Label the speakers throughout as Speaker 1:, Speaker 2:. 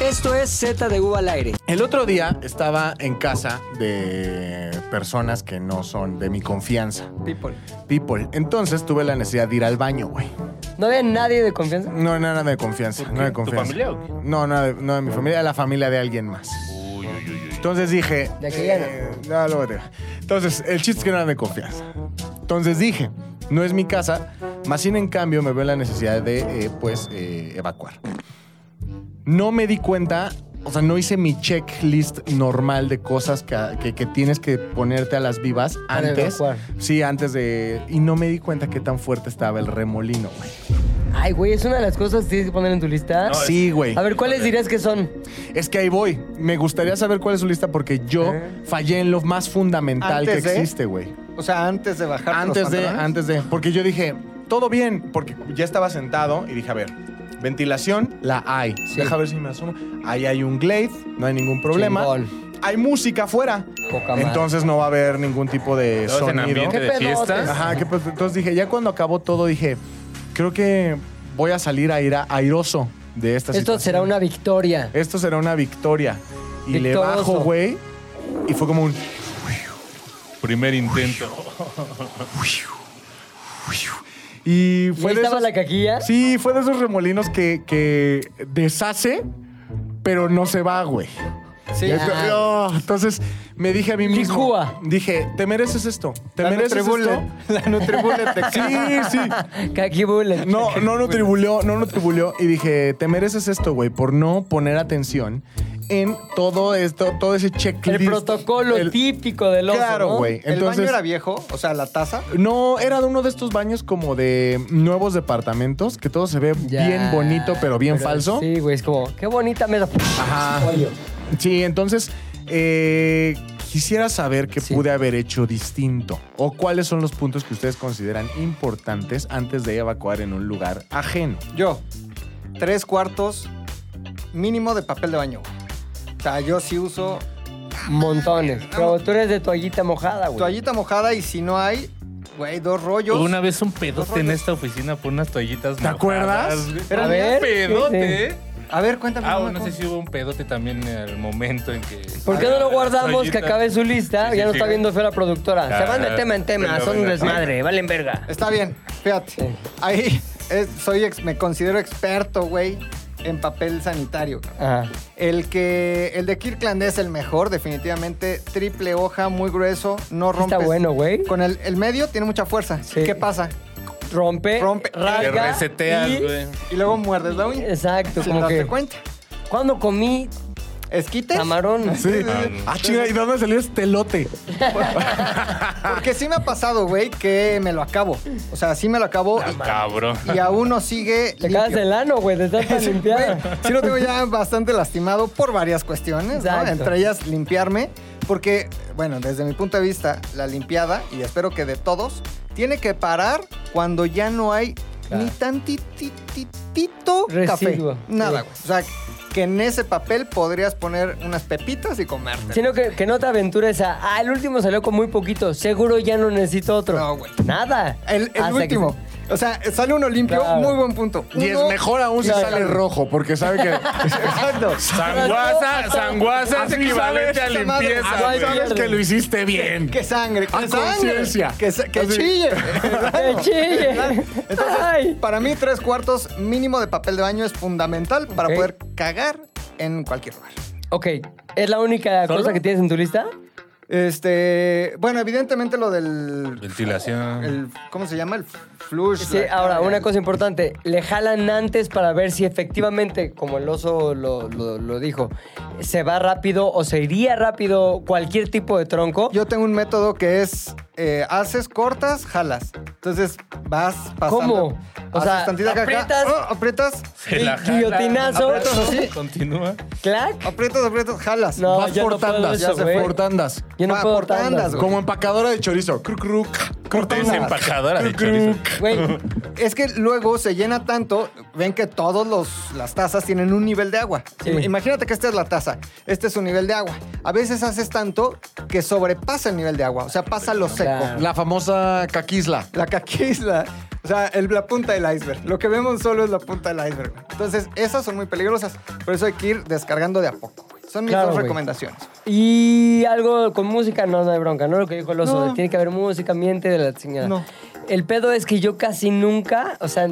Speaker 1: Esto es Z de U al aire.
Speaker 2: El otro día estaba en casa de personas que no son de mi confianza.
Speaker 3: People.
Speaker 2: People. Entonces tuve la necesidad de ir al baño, güey.
Speaker 1: ¿No había nadie de confianza?
Speaker 2: No, nada de confianza. No de
Speaker 4: ¿Tu
Speaker 2: confianza.
Speaker 4: familia o qué?
Speaker 2: No, no de, no de mi familia, de la familia de alguien más.
Speaker 4: Uy, uy, uy, uy.
Speaker 2: Entonces dije. eh,
Speaker 1: De aquella
Speaker 2: no, luego te digo. Entonces, el chiste es que no era de confianza. Entonces dije, no es mi casa, más sin en cambio me veo la necesidad de, eh, pues, eh, evacuar. No me di cuenta, o sea, no hice mi checklist normal de cosas que, que- que tienes que ponerte a las vivas
Speaker 1: Para
Speaker 2: antes.
Speaker 1: evacuar.
Speaker 2: Sí, antes de. Y no me di cuenta qué tan fuerte estaba el remolino, güey.
Speaker 1: Ay, güey, es una de las cosas que tienes que poner en tu lista.
Speaker 4: No, es-
Speaker 2: Sí, güey.
Speaker 1: A ver, ¿cuáles dirías que son?
Speaker 2: Es que ahí voy. Me gustaría saber cuál es su lista porque yo fallé en lo más fundamental que
Speaker 3: Antes de-
Speaker 2: existe, güey.
Speaker 3: O sea, antes de bajar
Speaker 2: Antes de, antes de. Porque yo dije, todo bien, porque ya estaba sentado y dije, a ver, ventilación la hay. Deja ver si me asomo. Ahí hay un glade, no hay ningún problema.
Speaker 1: Chingón.
Speaker 2: Hay música afuera.
Speaker 1: Poca madre.
Speaker 2: Entonces no va a haber ningún tipo de
Speaker 4: Todos en
Speaker 2: sonido.
Speaker 4: ambiente
Speaker 1: ¿Qué
Speaker 4: de
Speaker 1: pedotes?
Speaker 4: fiesta.
Speaker 2: Ajá, que pues, entonces dije, ya cuando acabó todo, dije, creo que voy a salir a ir airoso de esta
Speaker 1: Esto
Speaker 2: situación.
Speaker 1: será una victoria.
Speaker 2: Esto será una victoria. Y le
Speaker 1: Victorioso.
Speaker 2: bajo, güey. Y fue como un.
Speaker 4: Primer intento.
Speaker 2: Y
Speaker 1: ¿Y
Speaker 2: fue
Speaker 1: ahí
Speaker 2: de
Speaker 1: estaba
Speaker 2: esos-
Speaker 1: la caquilla?
Speaker 2: Sí, fue de esos remolinos que, que deshace, pero no se va, güey.
Speaker 3: Sí.
Speaker 2: Es-
Speaker 1: Ah.
Speaker 2: no, entonces me dije a mí mismo.
Speaker 1: Licúa.
Speaker 2: Dije, te mereces esto. Te
Speaker 3: La
Speaker 2: mereces
Speaker 3: Nutribullet.
Speaker 2: esto.
Speaker 3: La Nutribullet te
Speaker 2: Sí, sí.
Speaker 1: Kaki Bullet.
Speaker 2: No, no nutribuleó, no nutribuleó. Y dije, te mereces esto, güey, por no poner atención en todo esto, todo ese checklist.
Speaker 1: El protocolo
Speaker 2: El-
Speaker 1: típico del oso,
Speaker 2: Claro,
Speaker 1: ¿no?
Speaker 2: güey.
Speaker 3: ¿El baño
Speaker 2: Entonces-
Speaker 3: era viejo? O sea, la taza.
Speaker 2: No, era de uno de estos baños como de nuevos departamentos, que todo se ve
Speaker 1: Ya.
Speaker 2: bien bonito, pero bien
Speaker 1: Pero
Speaker 2: falso.
Speaker 1: Sí, güey, es como, qué bonita mesa.
Speaker 2: Ajá. Sí, entonces eh, quisiera saber qué
Speaker 1: Sí.
Speaker 2: pude haber hecho distinto o cuáles son los puntos que ustedes consideran importantes antes de evacuar en un lugar ajeno.
Speaker 3: Yo, tres cuartos mínimo de papel de baño. O sea, yo sí uso
Speaker 1: Montones. Pero tú eres de toallita mojada, güey.
Speaker 3: toallita mojada y si no hay, güey, dos rollos.
Speaker 4: Una vez un pedote en esta oficina por unas toallitas
Speaker 2: ¿Te acuerdas?
Speaker 4: mojadas, güey.
Speaker 1: A
Speaker 4: Era
Speaker 1: ver,
Speaker 4: un pedote.
Speaker 1: sí,
Speaker 3: A ver, cuéntame.
Speaker 4: Ah,
Speaker 3: no me
Speaker 4: bueno, no sé
Speaker 3: acuerdo.
Speaker 4: si hubo un pedote también en el momento en que...
Speaker 1: ¿Por qué no lo guardamos que acabe su lista?
Speaker 4: Sí, sí,
Speaker 1: ya no
Speaker 4: sí,
Speaker 1: está
Speaker 4: güey.
Speaker 1: viendo feo la productora. Se van de
Speaker 4: Ah,
Speaker 1: tema en tema,
Speaker 4: pero
Speaker 1: son un
Speaker 4: venga.
Speaker 1: desmadre, valen verga.
Speaker 3: Está bien, fíjate.
Speaker 1: Sí.
Speaker 3: Ahí es- soy ex- me considero experto, güey, en papel sanitario.
Speaker 1: Ajá.
Speaker 3: El que el de Kirkland es el mejor, definitivamente. Triple hoja, muy grueso, no rompes.
Speaker 1: Está bueno, güey.
Speaker 3: Con el, el medio tiene mucha fuerza.
Speaker 1: Sí.
Speaker 3: ¿Qué pasa?
Speaker 1: Rompe,
Speaker 3: Rompe.
Speaker 4: Te
Speaker 1: rasga y-
Speaker 4: reseteas, güey.
Speaker 3: Y luego muerdes la uña.
Speaker 1: Exacto,
Speaker 3: Sin
Speaker 1: como
Speaker 3: darte
Speaker 1: que...
Speaker 3: cuenta.
Speaker 1: ¿Cuándo comí
Speaker 3: Esquites.
Speaker 1: camarón?
Speaker 2: Sí. Ah, chinga, ¿y dónde salió este lote?
Speaker 3: Porque sí me ha pasado, güey, que me lo acabo. O sea, sí me lo acabo.
Speaker 4: Ah,
Speaker 3: y-
Speaker 4: Cabrón.
Speaker 3: Y, aún no sigue.
Speaker 1: Te acabas
Speaker 3: limpio.
Speaker 1: el ano, güey, te estás tan
Speaker 3: Güey,
Speaker 1: limpiada.
Speaker 3: sí lo tengo ya bastante lastimado por varias cuestiones, ¿no?
Speaker 1: Exacto.
Speaker 3: entre ellas limpiarme, porque, bueno, desde mi punto de vista, la limpiada, y espero que de todos, tiene que parar cuando ya no hay
Speaker 1: Claro.
Speaker 3: ni tantititito
Speaker 1: Residuo.
Speaker 3: café. Nada,
Speaker 1: Sí.
Speaker 3: güey. O sea, que en ese papel podrías poner unas pepitas y comerte.
Speaker 1: Sino que, que no te aventures a, ah, el último salió con muy poquito, seguro ya no necesito otro.
Speaker 3: No, güey.
Speaker 1: Nada.
Speaker 3: El, el
Speaker 1: Hasta que-
Speaker 3: último. O sea, sale uno limpio,
Speaker 1: Claro.
Speaker 3: muy buen punto.
Speaker 2: Y es
Speaker 3: Uno-
Speaker 2: mejor aún si
Speaker 1: Claro.
Speaker 2: sale rojo, Ah, porque sabe que.
Speaker 3: Exacto.
Speaker 4: Sanguasa, sanguasa es
Speaker 2: Así
Speaker 4: equivalente a
Speaker 3: sabes, esta madre.
Speaker 4: limpieza,
Speaker 1: Ah,
Speaker 2: Ahí
Speaker 4: güey.
Speaker 2: sabes que lo hiciste bien.
Speaker 3: Que sangre, que
Speaker 2: A
Speaker 3: sangre.
Speaker 2: conciencia.
Speaker 3: Que, sa- que
Speaker 2: Así.
Speaker 3: chille.
Speaker 1: ¡Qué chille!
Speaker 3: Entonces,
Speaker 1: Ay.
Speaker 3: Para mí, tres cuartos mínimo de papel de baño es fundamental para
Speaker 1: Ok.
Speaker 3: poder cagar en cualquier lugar.
Speaker 1: Ok, ¿es la única
Speaker 4: ¿Solo?
Speaker 1: cosa que tienes en tu lista?
Speaker 3: Este, bueno, evidentemente lo del.
Speaker 4: Ventilación.
Speaker 3: el- ¿Cómo se llama? El flush.
Speaker 1: Sí,
Speaker 3: la-
Speaker 1: ahora, una cosa importante, le jalan antes para ver si efectivamente, como el oso lo, lo- lo dijo, se va rápido o se iría rápido cualquier tipo de tronco.
Speaker 3: Yo tengo un método que es: eh, haces, cortas, jalas. Entonces vas pasando.
Speaker 1: ¿Cómo? O
Speaker 3: O
Speaker 1: sea,
Speaker 3: sea, tantita caca,
Speaker 1: aprietas-
Speaker 3: ah, aprietas,
Speaker 4: Se la jala.
Speaker 1: guillotinazo.
Speaker 4: Aprietas así. Continúa.
Speaker 1: ¿Clac?
Speaker 3: aprietas, aprietas, jalas.
Speaker 1: No,
Speaker 2: Vas
Speaker 1: yo Ah,
Speaker 2: por
Speaker 1: no puedo
Speaker 2: tandas,
Speaker 1: eso,
Speaker 2: por
Speaker 1: güey.
Speaker 2: tandas.
Speaker 1: Yo no
Speaker 3: Va,
Speaker 1: puedo
Speaker 3: por tandas,
Speaker 1: tandas,
Speaker 3: güey.
Speaker 2: Como empacadora de chorizo. Cru, cru, ca, cru,
Speaker 4: Te
Speaker 2: tandas.
Speaker 4: empajadora de
Speaker 2: Cru,
Speaker 4: chorizo.
Speaker 2: cru, ca.
Speaker 1: güey.
Speaker 3: Es que luego se llena tanto, ven que todas las tazas tienen un nivel de agua.
Speaker 1: Sí.
Speaker 3: Im- Imagínate que esta es la taza, este es un nivel de agua. A veces haces tanto que sobrepasa el nivel de agua, o sea, pasa lo seco.
Speaker 1: Claro.
Speaker 2: La famosa caquisla.
Speaker 3: La caquisla. O sea, el- la punta del iceberg. Lo que vemos solo es la punta del iceberg. güey. Entonces, esas son muy peligrosas. Por eso hay que ir descargando de a poco. güey. Son mis
Speaker 1: Claro,
Speaker 3: dos
Speaker 1: güey.
Speaker 3: recomendaciones.
Speaker 1: Y algo con música, no, no hay bronca, ¿no? Lo que dijo el oso,
Speaker 3: No.
Speaker 1: de tiene que haber música, ambiente de la chingada.
Speaker 3: No.
Speaker 1: El pedo es que yo casi nunca, o sea,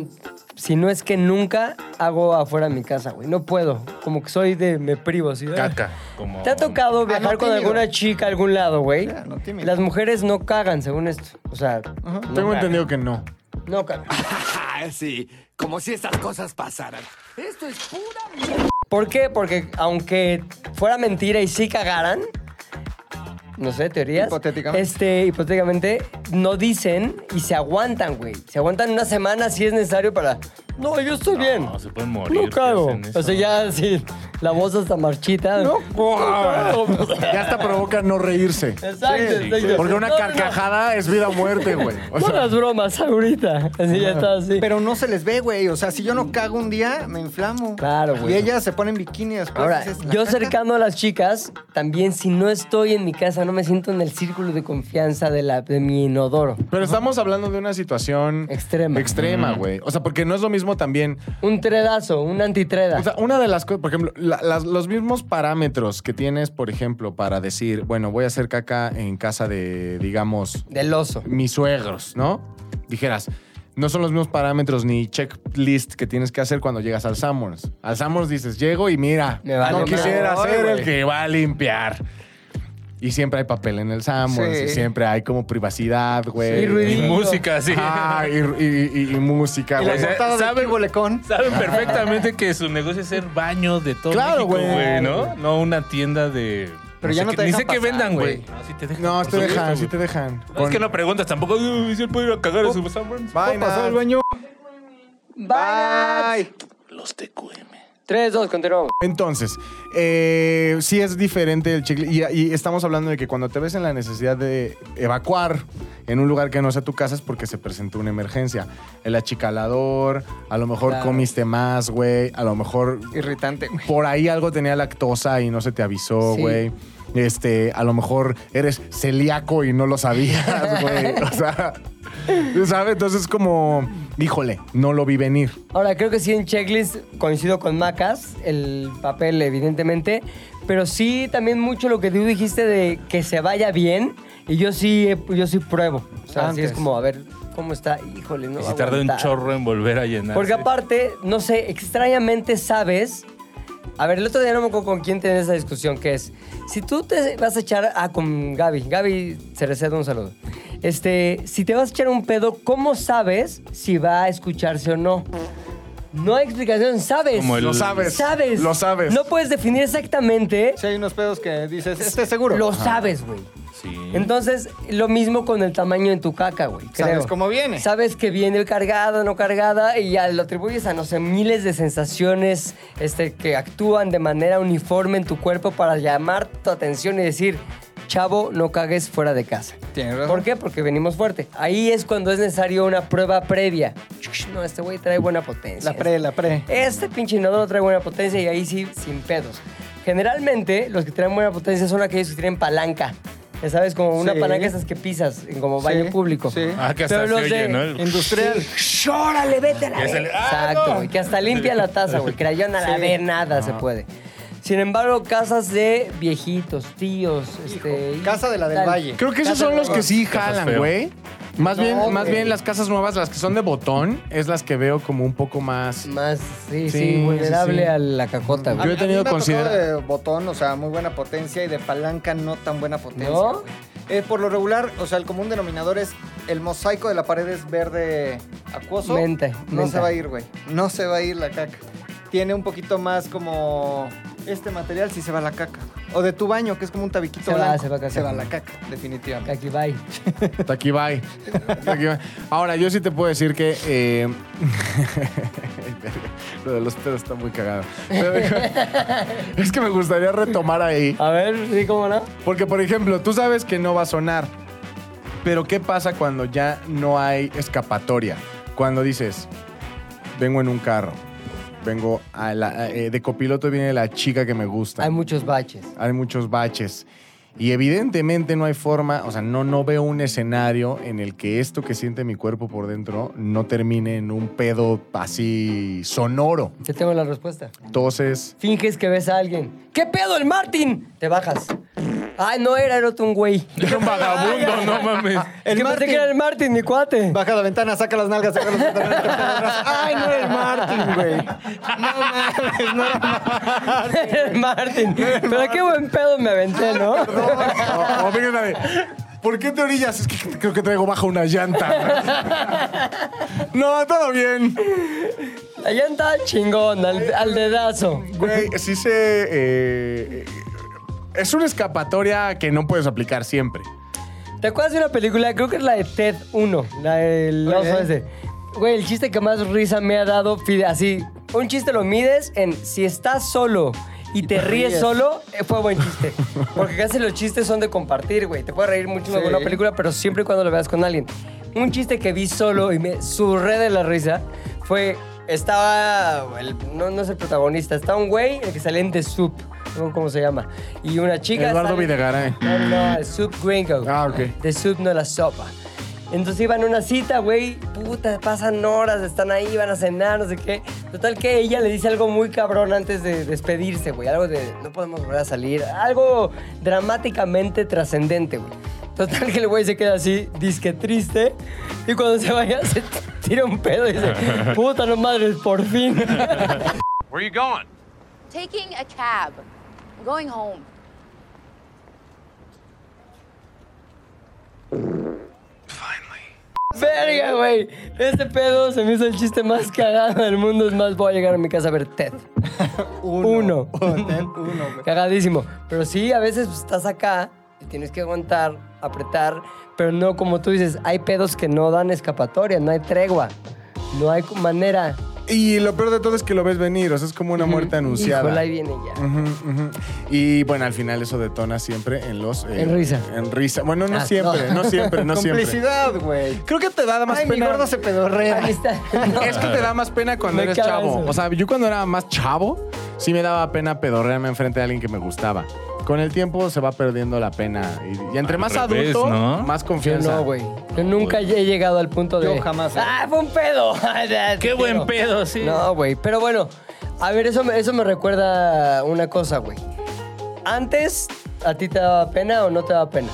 Speaker 1: si no es que nunca, hago afuera de mi casa, güey. No puedo. Como que soy de, me privo, ¿sí?
Speaker 4: Caca. Como...
Speaker 1: ¿Te ha tocado viajar
Speaker 3: no,
Speaker 1: con
Speaker 3: tímido.
Speaker 1: alguna chica a algún lado, güey?
Speaker 3: Ya, no, tímido.
Speaker 1: Las mujeres no cagan, según esto. O sea, no
Speaker 2: Tengo
Speaker 1: cagan.
Speaker 2: entendido que no.
Speaker 1: No cagan.
Speaker 5: Ah, sí, como si estas cosas pasaran. Esto es pura
Speaker 1: ¿Por qué? Porque aunque fuera mentira y sí cagaran, no sé, teorías.
Speaker 3: Hipotéticamente.
Speaker 1: Este, hipotéticamente, no dicen y se aguantan, güey. Se aguantan una semana si es necesario para. No, yo estoy bien.
Speaker 4: No, se pueden morir.
Speaker 1: No
Speaker 4: si
Speaker 1: cago.
Speaker 4: hacen eso.
Speaker 1: O sea, ya sí, la voz hasta marchita. No, cago.
Speaker 2: Ya hasta provoca no reírse.
Speaker 1: Exacto,
Speaker 4: Sí,
Speaker 1: exacto.
Speaker 2: Porque una
Speaker 1: No, no, no.
Speaker 2: carcajada es vida o muerte, güey. O
Speaker 1: No
Speaker 2: sea,
Speaker 1: las bromas ahorita. Así ya está así.
Speaker 3: Pero no se les ve, güey. O sea, si yo no cago un día, me inflamo.
Speaker 1: Claro, güey.
Speaker 3: Y ellas se ponen bikini después.
Speaker 1: Ahora,
Speaker 3: dices, la
Speaker 1: yo
Speaker 3: caca.
Speaker 1: cercano a las chicas, también si no estoy en mi casa, no me siento en el círculo de confianza de, la, de mi inodoro.
Speaker 2: pero estamos hablando de una situación
Speaker 1: Extrema.
Speaker 2: extrema, güey. O sea, porque no es lo mismo también.
Speaker 1: Un tredazo, un antitreda.
Speaker 2: O sea, una de las cosas, por ejemplo, la- las- los mismos parámetros que tienes, por ejemplo, para decir, bueno, voy a hacer caca en casa de, digamos,
Speaker 1: del oso.
Speaker 2: mis suegros, ¿no? Dijeras, no son los mismos parámetros ni checklist que tienes que hacer cuando llegas al Summers. Al Summers dices, llego y mira,
Speaker 1: Me vale
Speaker 2: no
Speaker 1: madre,
Speaker 2: quisiera ser
Speaker 3: güey.
Speaker 2: el que va a limpiar. Y siempre hay papel en el Summers,
Speaker 3: Sí.
Speaker 2: y siempre hay como privacidad, güey.
Speaker 1: Sí, ruidito.
Speaker 4: Y música, sí.
Speaker 2: Ah, y, y- y- y música,
Speaker 3: Y la
Speaker 2: Ah, güey.
Speaker 4: O sea,
Speaker 3: cortada de
Speaker 4: ¿sabe-
Speaker 3: Kiko Lecón.
Speaker 4: Saben perfectamente que su negocio es ser baños de todo
Speaker 2: Claro,
Speaker 4: México,
Speaker 2: güey.
Speaker 4: güey, ¿no? No una tienda de...
Speaker 3: Pero
Speaker 4: no
Speaker 3: ya
Speaker 4: sé
Speaker 3: no
Speaker 4: qué-
Speaker 3: te
Speaker 4: Ni
Speaker 3: dejan
Speaker 4: sé qué
Speaker 3: pasar,
Speaker 4: vendan,
Speaker 3: güey.
Speaker 4: güey. No, sí te dejan.
Speaker 2: No, sí te
Speaker 4: Por supuesto,
Speaker 2: dejan, sí
Speaker 4: güey.
Speaker 2: te dejan.
Speaker 4: No, Es que no preguntas tampoco. "Uy, Si él puede ir a cagar a su Sanborns.
Speaker 3: ¿Puedo pasar al baño?
Speaker 1: Bye.
Speaker 3: Bye.
Speaker 4: Los TQM.
Speaker 1: Tres, dos, continuamos.
Speaker 2: Entonces, eh, sí es diferente el chicle. Y, y estamos hablando de que cuando te ves en la necesidad de evacuar en un lugar que no sea tu casa es porque se presentó una emergencia. El achicalador, a lo mejor
Speaker 1: Claro.
Speaker 2: comiste más, güey. A lo mejor
Speaker 3: Irritante, güey.
Speaker 2: por ahí algo tenía lactosa y no se te avisó,
Speaker 1: Sí.
Speaker 2: güey. Este, a lo mejor eres celíaco y no lo sabías, güey. O sea, ¿sabes? Entonces, como, híjole, no lo vi venir.
Speaker 1: Ahora, creo que sí en checklist coincido con Macas, el papel evidentemente, pero sí también mucho lo que tú dijiste de que se vaya bien y yo sí, eh, yo sí pruebo. O sea, sí es
Speaker 3: Antes.
Speaker 1: como, a ver, ¿cómo está? Híjole, no va
Speaker 4: Y si
Speaker 1: a
Speaker 4: tarda un
Speaker 1: aguantar.
Speaker 4: chorro en volver a llenar.
Speaker 1: Porque aparte, no sé, extrañamente sabes. A ver, el otro día no me acuerdo con quién tenés esa discusión, que es. Si tú te vas a echar. Ah, con Gaby. Gaby se receta un saludo. Este, si te vas a echar un pedo, ¿cómo sabes si va a escucharse o no? No hay explicación, sabes.
Speaker 4: Como el- Lo
Speaker 2: sabes,
Speaker 1: Sabes.
Speaker 2: lo sabes.
Speaker 1: No puedes definir exactamente.
Speaker 3: Si hay unos pedos que dices, este seguro.
Speaker 1: Lo sabes, güey.
Speaker 4: Sí.
Speaker 1: Entonces, lo mismo con el tamaño en tu caca, güey.
Speaker 3: Sabes
Speaker 1: creo.
Speaker 3: cómo viene.
Speaker 1: Sabes que viene cargada, no cargada, y ya lo atribuyes a, no sé, miles de sensaciones este, que actúan de manera uniforme en tu cuerpo para llamar tu atención y decir, chavo, no cagues fuera de casa.
Speaker 3: Tienes razón.
Speaker 1: ¿Por qué? Porque venimos fuerte. Ahí es cuando es necesario una prueba previa. No, este güey trae buena potencia.
Speaker 3: La pre, la pre.
Speaker 1: Este pinche inodoro trae buena potencia y ahí sí, sin pedos. Generalmente, los que traen buena potencia son aquellos que tienen palanca. Ya sabes, como una
Speaker 3: Sí.
Speaker 1: palanca esas que pisas, en como
Speaker 3: Sí,
Speaker 1: baño público.
Speaker 3: sí.
Speaker 4: Ah, que hasta
Speaker 1: Pero
Speaker 4: se
Speaker 1: los
Speaker 4: oye,
Speaker 1: de-
Speaker 4: ¿no? El-
Speaker 3: Industrial.
Speaker 1: Sí. ¡Órale, vete a la
Speaker 4: Que se
Speaker 1: verga!
Speaker 4: le- ¡Ah,
Speaker 1: Exacto,
Speaker 4: no!
Speaker 1: güey. Que hasta limpia la taza, güey. Crayón a la
Speaker 3: Sí.
Speaker 1: ver, nada se puede. Sin embargo, casas de viejitos, tíos, este... y
Speaker 3: Casa de la del
Speaker 1: tal.
Speaker 3: Valle.
Speaker 2: Creo que esos son los que sí
Speaker 4: Casas
Speaker 2: jalan,
Speaker 4: feo.
Speaker 2: güey. Más,
Speaker 1: No,
Speaker 2: bien, más
Speaker 1: güey.
Speaker 2: bien las casas nuevas, las que son de botón, es las que veo como un poco más.
Speaker 1: Más, sí, sí,
Speaker 2: Sí, sí,
Speaker 1: vulnerable
Speaker 2: sí.
Speaker 1: a la cacota,
Speaker 2: Yo
Speaker 1: güey.
Speaker 2: he tenido considera-
Speaker 3: considerado de botón, o sea, muy buena potencia y de palanca no tan buena potencia.
Speaker 1: ¿No?
Speaker 3: güey. Eh, por lo regular, o sea, el común denominador es el mosaico de la pared es verde acuoso.
Speaker 1: Menta,
Speaker 3: No
Speaker 1: menta.
Speaker 3: se va a ir, güey. No se va a ir la caca. Tiene un poquito más como este material si se va la caca. O de tu baño, que es como un tabiquito
Speaker 1: Se va,
Speaker 3: blanco.
Speaker 1: se va caca.
Speaker 3: Se va la caca, definitivamente.
Speaker 1: Aquí va.
Speaker 2: Taquibay. Taquibay. Ahora, yo sí te puedo decir que. eh, Lo de los pedos está muy cagado. Pero, es que me gustaría retomar ahí.
Speaker 1: A ver, sí, cómo no.
Speaker 2: Porque, por ejemplo, tú sabes que no va a sonar. Pero, ¿qué pasa cuando ya no hay escapatoria? Cuando dices, vengo en un carro, vengo eh, a la- eh, de copiloto, viene la chica que me gusta.
Speaker 1: Hay muchos baches.
Speaker 2: hay muchos baches. Y evidentemente no hay forma, o sea, no, no veo un escenario en el que esto que siente mi cuerpo por dentro no termine en un pedo así sonoro.
Speaker 1: Te tengo la respuesta.
Speaker 2: Entonces,
Speaker 1: Finges que ves a alguien. ¿Qué pedo el Martín? Te bajas. Ay, no era, era otro un güey.
Speaker 4: Era un vagabundo, no mames.
Speaker 1: El que pensé que era el Martín, mi cuate.
Speaker 3: Baja la ventana, saca las nalgas, saca las pantalones, te pones- Ay, no era el Martin, güey. No mames, no era el Martin.
Speaker 1: Era el Martín. Pero qué buen pedo me aventé, ¿no?
Speaker 2: o, o venga una de, ¿por qué te orillas? Es que creo que traigo baja una llanta. no, todo bien.
Speaker 1: Allá está chingón, al, al dedazo.
Speaker 2: Güey, sí se... eh, es una escapatoria que no puedes aplicar siempre.
Speaker 1: ¿Te acuerdas de una película? Creo que es la de Ted 1, la del oso ese. Güey, el chiste que más risa me ha dado, fide- así, un chiste lo mides en si estás solo y te ríes
Speaker 3: ríes.
Speaker 1: solo, eh, fue buen chiste. Porque casi los chistes son de compartir, güey. Te puedes reír mucho con
Speaker 3: Sí.
Speaker 1: una película, pero siempre y cuando lo veas con alguien. Un chiste que vi solo y me surré de la risa fue, estaba, el- no, no es el protagonista, estaba un güey, el que sale en The Soup, no sé cómo se llama, y una chica...
Speaker 2: Eduardo
Speaker 1: sale-
Speaker 2: Videgaray.
Speaker 1: No, no, The Soup Gringo.
Speaker 2: Ah, ok.
Speaker 1: De sub no la sopa. Entonces iban a una cita, güey. Puta, pasan horas, están ahí, van a cenar, no sé qué. Total que ella le dice algo muy cabrón antes de despedirse, güey. Algo de no podemos volver a salir. Algo dramáticamente trascendente, güey. Total que el güey se queda así, disque triste. Y cuando se vaya, se tira un pedo y dice, puta, no madres, por fin.
Speaker 6: Where you going?
Speaker 7: Taking a cab. I'm going home.
Speaker 1: Verga, güey. Este pedo se me hizo el chiste más cagado del mundo. Es más, voy a llegar a mi casa a ver Ted. Uno.
Speaker 3: Ted uno, güey.
Speaker 1: Cagadísimo. Pero sí, a veces pues, estás acá y tienes que aguantar, apretar. Pero no, como tú dices, hay pedos que no dan escapatoria, no hay tregua. No hay manera.
Speaker 2: Y lo peor de todo es que lo ves venir, o sea, es como una muerte anunciada.
Speaker 1: Híjole, ahí viene ya.
Speaker 2: Ujú, ujú. Y bueno, al final eso detona siempre en los... eh,
Speaker 1: En risa.
Speaker 2: En risa. Bueno, no
Speaker 1: Ah,
Speaker 2: siempre,
Speaker 1: no.
Speaker 2: no, siempre, no siempre.
Speaker 3: Complicidad, güey.
Speaker 2: Creo que te da más
Speaker 3: Ay, mi
Speaker 2: pena...
Speaker 3: gordo se pedorrea.
Speaker 1: Ahí está.
Speaker 2: Es que te da más pena cuando
Speaker 1: Me
Speaker 2: eres
Speaker 1: caga
Speaker 2: chavo.
Speaker 1: eso.
Speaker 2: O sea, yo cuando era más chavo, sí me daba pena pedorrearme enfrente de alguien que me gustaba. Con el tiempo se va perdiendo la pena. Y, y entre
Speaker 4: Al
Speaker 2: más
Speaker 4: revés,
Speaker 2: adulto,
Speaker 4: ¿no?
Speaker 2: más
Speaker 1: Yo
Speaker 2: confianza.
Speaker 1: no, güey. Yo nunca he llegado al punto de.
Speaker 3: Yo jamás, ¿eh?
Speaker 1: ¡Ah, fue un pedo!
Speaker 4: Qué buen pedo, sí.
Speaker 1: No, güey. Pero bueno, a ver, eso, me- eso me recuerda una cosa, güey. Antes, ¿a ti te daba pena o no te daba pena?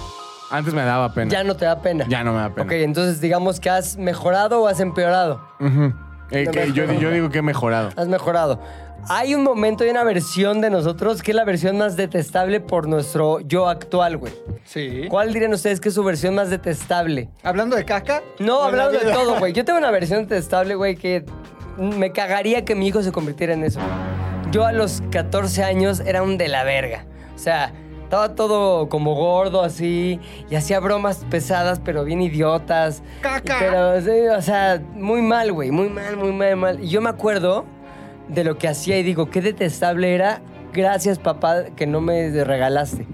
Speaker 2: Antes me daba pena.
Speaker 1: Ya no te da pena.
Speaker 2: Ya no me da pena.
Speaker 1: Ok, entonces digamos que has mejorado o has empeorado.
Speaker 2: Ujú. Eh,
Speaker 1: No
Speaker 2: que
Speaker 1: me-
Speaker 2: yo, yo digo que he mejorado.
Speaker 1: Has mejorado. Hay un momento y una versión de nosotros que es la versión más detestable por nuestro yo actual, güey.
Speaker 3: Sí.
Speaker 1: ¿Cuál dirían ustedes que es su versión más detestable?
Speaker 3: Hablando de caca.
Speaker 1: No,
Speaker 3: o en
Speaker 1: hablando
Speaker 3: la
Speaker 1: de
Speaker 3: vida.
Speaker 1: todo, güey. Yo tengo una versión detestable, güey, que me cagaría que mi hijo se convirtiera en eso. Yo a los 14 años era un de la verga. O sea, estaba todo como gordo así y hacía bromas pesadas, pero bien idiotas.
Speaker 3: Caca.
Speaker 1: Pero, sí, o sea, muy mal, güey. Muy mal, muy mal, mal. Y yo me acuerdo de lo que hacía y digo, qué detestable era. Gracias, papá, que no me regalaste.